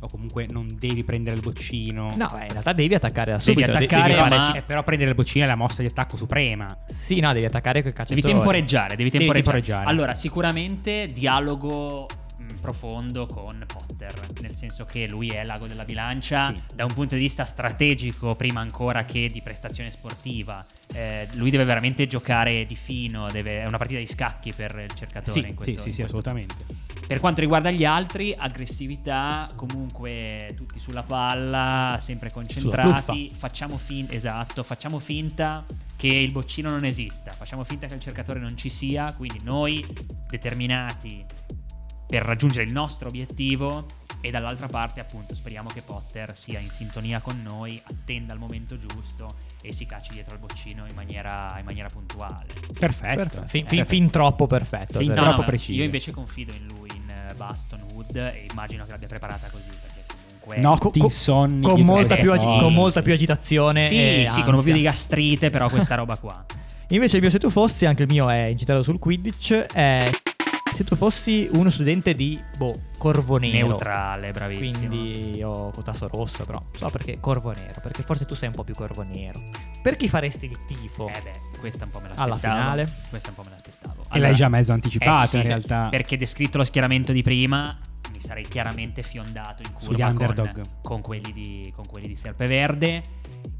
o comunque non devi prendere il boccino?
No, beh, in realtà devi attaccare da subito.
Devi
attaccare,
fare-
ma-
eh, però prendere il boccino è la mossa di attacco suprema.
Sì, no, devi attaccare col
Devi
cacciatore.
temporeggiare, devi
Devi
temporeggiare.
temporeggiare.
Allora, sicuramente dialogo mh, profondo con Potter, nel senso che lui è l'ago della bilancia
Sì.
da un punto di vista strategico prima ancora che di prestazione sportiva. Eh, lui deve veramente giocare di fino, deve- è una partita di scacchi per il cercatore
Sì,
in questo
sì, sì,
in
sì,
questo
assolutamente.
Per quanto riguarda gli altri, aggressività, comunque tutti sulla palla, sempre concentrati. Facciamo finta, esatto, facciamo finta che il boccino non esista, facciamo finta che il cercatore non ci sia, quindi noi determinati per raggiungere il nostro obiettivo e dall'altra parte appunto speriamo che Potter sia in sintonia con noi, attenda il momento giusto e si cacci dietro al boccino in maniera, in maniera puntuale.
Perfetto. Eh,
Perfetto. Fin, fin-
Perfetto.
fin troppo perfetto. cioè,
Fin
per-
No,
troppo
no, ma
preciso.
Io invece confido in lui, in eh, Baston Wood, e immagino che l'abbia preparata così, perché comunque...
Notti
Co- co-
insonni
con,
dietro
molta
le
più agi-
cose.
con molta più agitazione.
Sì,
e
sì, con un po' più di
eh, ansia.
gastrite, però questa roba qua.
Invece il mio se tu fossi, anche il mio è incitato sul Quidditch, è se tu fossi uno studente di, boh, Corvo Nero.
Neutrale, bravissimo.
Quindi ho tasso rosso, però so perché Corvo Nero, perché forse tu sei un po' più Corvo Nero. Per chi faresti il tifo?
Eh beh, questa un po' me l'aspettavo.
Alla finale.
Questa un po' me l'aspettavo.
E l'hai già mezzo
Eh
anticipato
sì,
in realtà.
Perché descritto lo schieramento di prima, mi sarei chiaramente fiondato in
Sugli
curva con-
underdog.
Con, quelli di, con quelli di Serpeverde.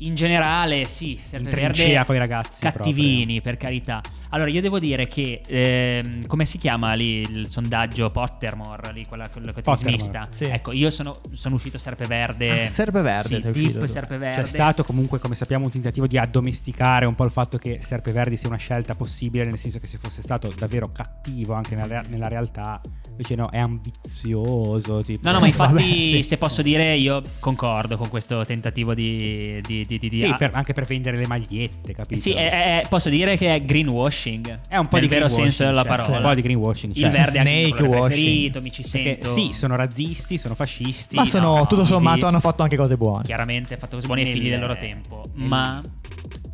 In generale, sì,
in
Serpeverde
trincea con i ragazzi.
cattivini, per carità. Allora, io devo dire che ehm, come si chiama lì il sondaggio Pottermore, lì quella quello che ti
Pottermore,
smista?
sì.
Ecco, io sono, sono uscito Serpeverde.
Ah, Serpeverde
sì,
sei uscito
tip
tu.
Serpeverde.
proprio. C'è stato comunque, come sappiamo, un tentativo di addomesticare un po' il fatto che Serpeverdi sia una scelta possibile, nel senso che se fosse stato davvero cattivo anche nella, rea- nella realtà, invece no, è ambizioso. Tipo.
No, no, ma
[laughs]
infatti,
Vabbè, sì.
se posso dire, io concordo con questo tentativo di... di, di, di- di-
Sì,
ah,
per- anche per vendere le magliette, capito?
sì, è- è- è- posso dire che è greenwashing.
È un po'
nel
di
vero
greenwashing,
senso della
certo,
parola.
un po' di greenwashing,
Il
certo.
verde è anche il
Snake
colore
washing.
preferito, mi ci
Perché
sento.
sì, sono razzisti, sono fascisti.
Ma
Sì,
sono,
no,
tutto
quindi-
sommato, hanno fatto anche cose buone.
chiaramente fatto così buoni e
Nel-
figli del loro tempo.
nel-
Ma,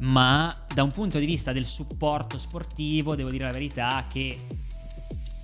ma da un punto di vista del supporto sportivo, devo dire la verità che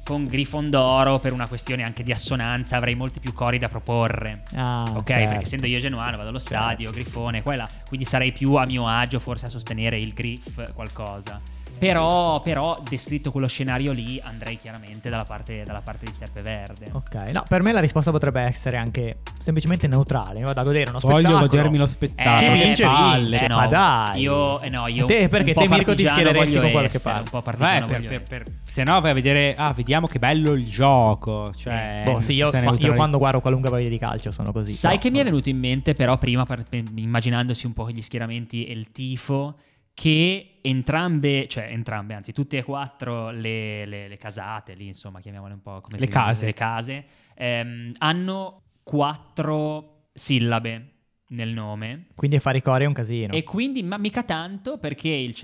con Grifondoro, per una questione anche di assonanza, avrei molti più cori da proporre.
Ah,
ok,
certo.
perché essendo io genuano vado allo
Certo.
stadio, Grifone, qua e là, quindi sarei più a mio agio forse a sostenere il Griff qualcosa. Però, però, descritto quello scenario lì, andrei chiaramente dalla parte, dalla parte di Serpeverde.
Ok, no, per me la risposta potrebbe essere anche semplicemente neutrale. Mi vado a godere uno
Voglio
spettacolo.
godermi lo
Chi
spettacolo.
Eh, vince,
palle.
vince.
no.
ma dai.
Io, eh no, io
Te-
un
perché
po'
te, Mirko, ti
partigiano
schiereresti
voglio
con qualche
essere,
parte. Eh,
Un po'
Beh,
partigiano
per,
voglio
per-
essere.
per- se no vai a vedere, ah, vediamo che bello il gioco.
Eh,
Cioè,
Boh, sì, io,
questa
qua- io
neutralità.
quando guardo qualunque partita di calcio sono così.
Sai
però-
che mi è venuto in mente però prima, per- per- immaginandosi un po' gli schieramenti e il tifo, che entrambe, cioè entrambe, anzi tutte e quattro le, le- le casate, lì insomma, chiamiamole un po' come
Le
si chiamano,
case.
le case ehm, hanno quattro sillabe nel nome.
Quindi fare i cori è un casino.
E quindi, ma mica tanto, perché il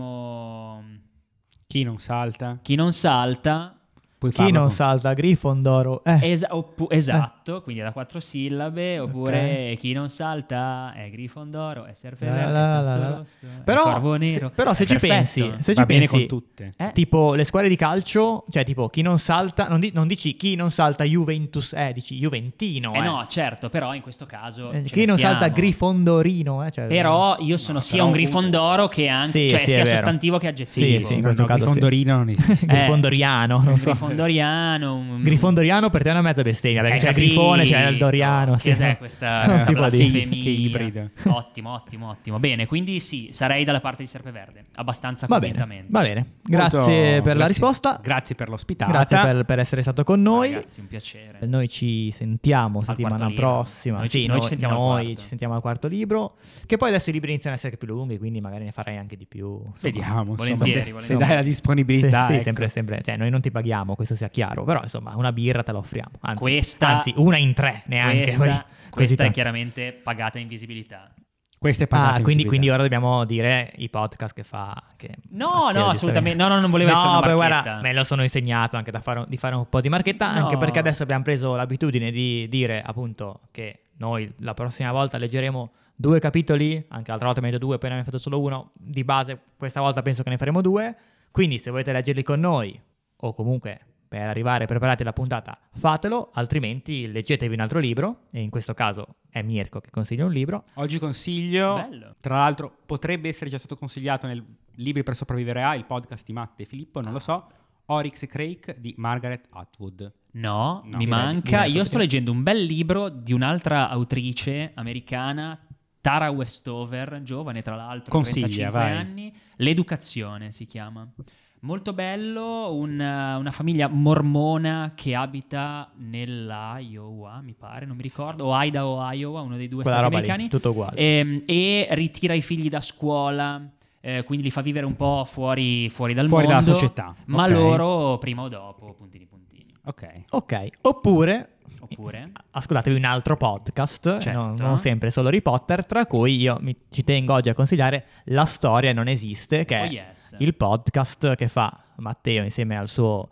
celeberrimo...
Chi non salta?
Chi non salta,
Puoi
Chi
farlo
non
con-
salta Grifondoro. Eh,
es- oppu- esatto, quindi è da quattro sillabe, oppure
Ok.
chi non salta è
La
Grifondoro, è
la la
Serpeverde, è
la
Tasso
la.
Rosso, è
Però-
eh, Corvo
se-
Nero.
però se
È
ci
perfetto.
pensi, se ci
Va bene
pensi-
con tutte.
Eh,
Tipo le squadre di calcio, cioè tipo chi non salta, non, di- non dici chi non salta Juventus, eh, dici Juventino.
eh no, certo, però in questo caso...
Eh,
ce
chi
ne
non salta
stiamo.
Grifondorino, eh, cioè-
Però io sono sia
però-
un Grifondoro che anche...
Sì,
cioè
sì, è
sia
vero.
sostantivo che
Sì,
aggettivo.
sì, in
No,
questo
no,
caso sì.
Grifondorino non esiste.
Eh,
Grifondoriano, non so.
grifondoriano. un-
Grifondoriano per te è una mezza bestemmia, perché
Eh,
c'è
capito,
Grifone, c'è il Doriano.
Che
sì,
cos'è
no. [laughs]
questa
Non si può dire.
blasfemia?
Che ibrido.
Ottimo, ottimo, ottimo. Bene, quindi sì, sarei dalla parte di Serpeverde, abbastanza
Va bene,
convintamente.
va bene. [laughs] Grazie per la risposta.
Grazie per l'ospitata.
Grazie per, per essere stato con noi.
Ragazzi, un piacere.
Noi ci sentiamo settimana
quarto libro.
prossima.
Noi ci-
sì,
noi ci sentiamo al
noi
quarto.
ci sentiamo al quarto libro. Che poi adesso i libri iniziano a essere più lunghi, quindi magari ne farai anche di più. Insomma,
Vediamo. insomma,
Volentieri,
se- se,
volentieri.
dai la
se-
disponibilità.
sì,
ecco.
sempre, sempre. Cioè, noi non ti paghiamo, questo sia chiaro. Però, insomma, una birra te la offriamo. Anzi,
Questa-
anzi, una in tre neanche. poi-
Questa,
[laughs] così
questa è
tanto.
chiaramente pagata in visibilità.
Queste è
Ah,
pagate
quindi,
in
quindi
visibilità.
ora dobbiamo dire i podcast che fa. Che
No,
Matteo
no,
di
assolutamente.
Savino.
No, no, non volevo
No,
essere una
poi
marchetta.
guarda, me lo sono insegnato anche da fare, di fare un po' di marchetta, anche
No.
perché adesso abbiamo preso l'abitudine di dire appunto che noi la prossima volta leggeremo due capitoli, anche l'altra volta meglio due, appena abbiamo fatto solo uno, di base questa volta penso che ne faremo due, quindi se volete leggerli con noi o comunque per arrivare preparati alla puntata fatelo, altrimenti leggetevi un altro libro, e in questo caso è Mirko che consiglia un libro,
Oggi consiglio,
Bello.
tra l'altro potrebbe essere già stato consigliato nel Libri per sopravvivere a, il podcast di Matte e Filippo, non lo so, Oryx e Crake di Margaret Atwood.
No,
No.
mi
Direi-
manca.
direi
Io sto
proprio.
leggendo un bel libro di un'altra autrice americana, Tara Westover, giovane tra l'altro,
Consiglia,
35
vai.
anni. L'educazione si chiama. Molto bello, eh, una, una famiglia mormona che abita nell'Iowa, mi pare, non mi ricordo, o Idaho, o Iowa, uno dei due
quella
stati
roba lì,
americani.
tutto uguale.
Ehm, e ritira i figli da scuola, eh, quindi li fa vivere un po' fuori, fuori dal
Fuori
mondo.
dalla società,
Ma
ok.
loro, prima o dopo, puntini puntini.
Ok.
Ok, oppure,
Oppure?
ascoltatevi un altro podcast,
Certo.
non, non sempre solo Harry Potter, tra cui io mi- ci tengo oggi a consigliare La storia non esiste, che
Eh,
Oh,
è
yes.
il podcast che fa Matteo insieme al suo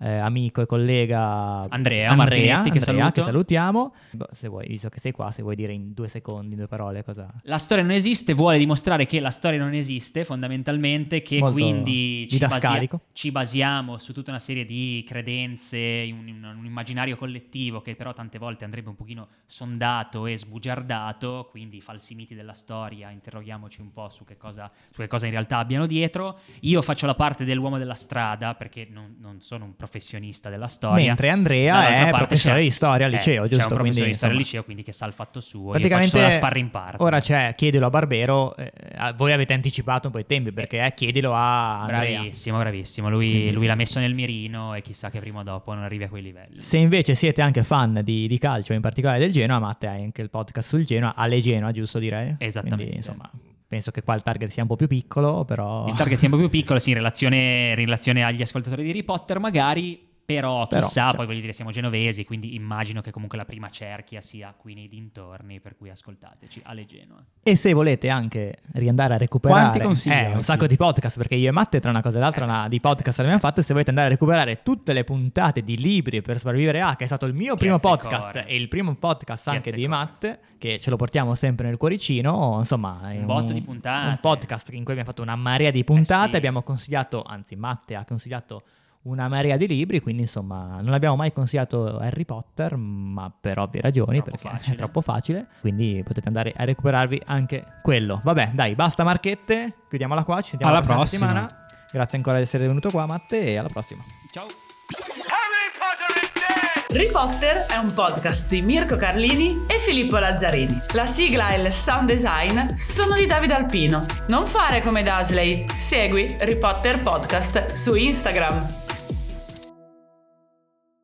eh, amico e collega
Andrea Martinetti, che
Andrea,
saluto.
salutiamo. Boh, se vuoi, visto che sei qua, se vuoi dire in due secondi, in due parole cosa...
La storia non esiste vuole dimostrare che la storia non esiste fondamentalmente, che
Molto
quindi ci,
didascalico.
ci basiamo su tutta una serie di credenze, un, un- un immaginario collettivo che però tante volte andrebbe un pochino sondato e sbugiardato, quindi falsi miti della storia, interroghiamoci un po' su che cosa, su che cosa in realtà abbiano dietro. Io faccio la parte dell'uomo della strada perché non, non sono un professionista della storia.
Mentre Andrea
Dall'altra
è
parte
professore
c'è-
di storia al
eh,
liceo, giusto?
C'è un professore
Quindi,
di storia al
insomma,
liceo, quindi che sa il fatto suo. Io faccio solo la sparra in parte.
Ora c'è chiedilo a Barbero, eh, a- voi avete anticipato un po' i tempi perché è chiedilo a Andrea.
Bravissimo, bravissimo. Lui, lui l'ha messo nel mirino e chissà che prima o dopo non arrivi a quei livelli.
Se invece siete anche fan di, di calcio, in particolare del Genoa, Matte ha anche il podcast sul Genoa, alle Genoa, giusto direi?
Esattamente.
Quindi, insomma, penso che qua il target sia un po' più piccolo, però...
Il target sembra più piccolo, sì, in relazione, in relazione agli ascoltatori di Harry Potter, magari. Però
Però,
chissà,
cioè.
poi voglio dire, siamo genovesi, quindi immagino che comunque la prima cerchia sia qui nei dintorni, per cui ascoltateci alle Genoa.
E se volete anche riandare a recuperare
Quanti consigli
eh, un
oggi?
sacco di podcast, perché io e Matte tra una cosa e
Eh.
l'altra una- di podcast le abbiamo fatte, se volete andare a recuperare tutte le puntate di Libri per sopravvivere a, che è stato il mio primo
Piazza e
podcast
Core.
e il primo podcast
Piazza
anche
e
di
Core.
Matte, che ce lo portiamo sempre nel cuoricino, insomma, è
Un botto di puntate.
Un podcast in cui abbiamo fatto una marea di puntate,
Eh sì.
abbiamo consigliato, anzi Matte ha consigliato una marea di libri, quindi insomma non abbiamo mai consigliato Harry Potter, ma per ovvie ragioni,
Troppo
perché
facile.
è troppo facile, quindi potete andare a recuperarvi anche quello. Vabbè, dai, basta marchette, chiudiamola qua, ci sentiamo
Alla
la prossima,
prossima.
settimana. Grazie ancora di essere venuto qua Matte e alla prossima.
Ciao!
Harry Potter is dead!
Harry Potter è un podcast di Mirko Carlini e Filippo Lazzarini. La sigla e il sound design sono di Davide Alpino. Non fare come Dasley, segui Harry Potter Podcast su Instagram.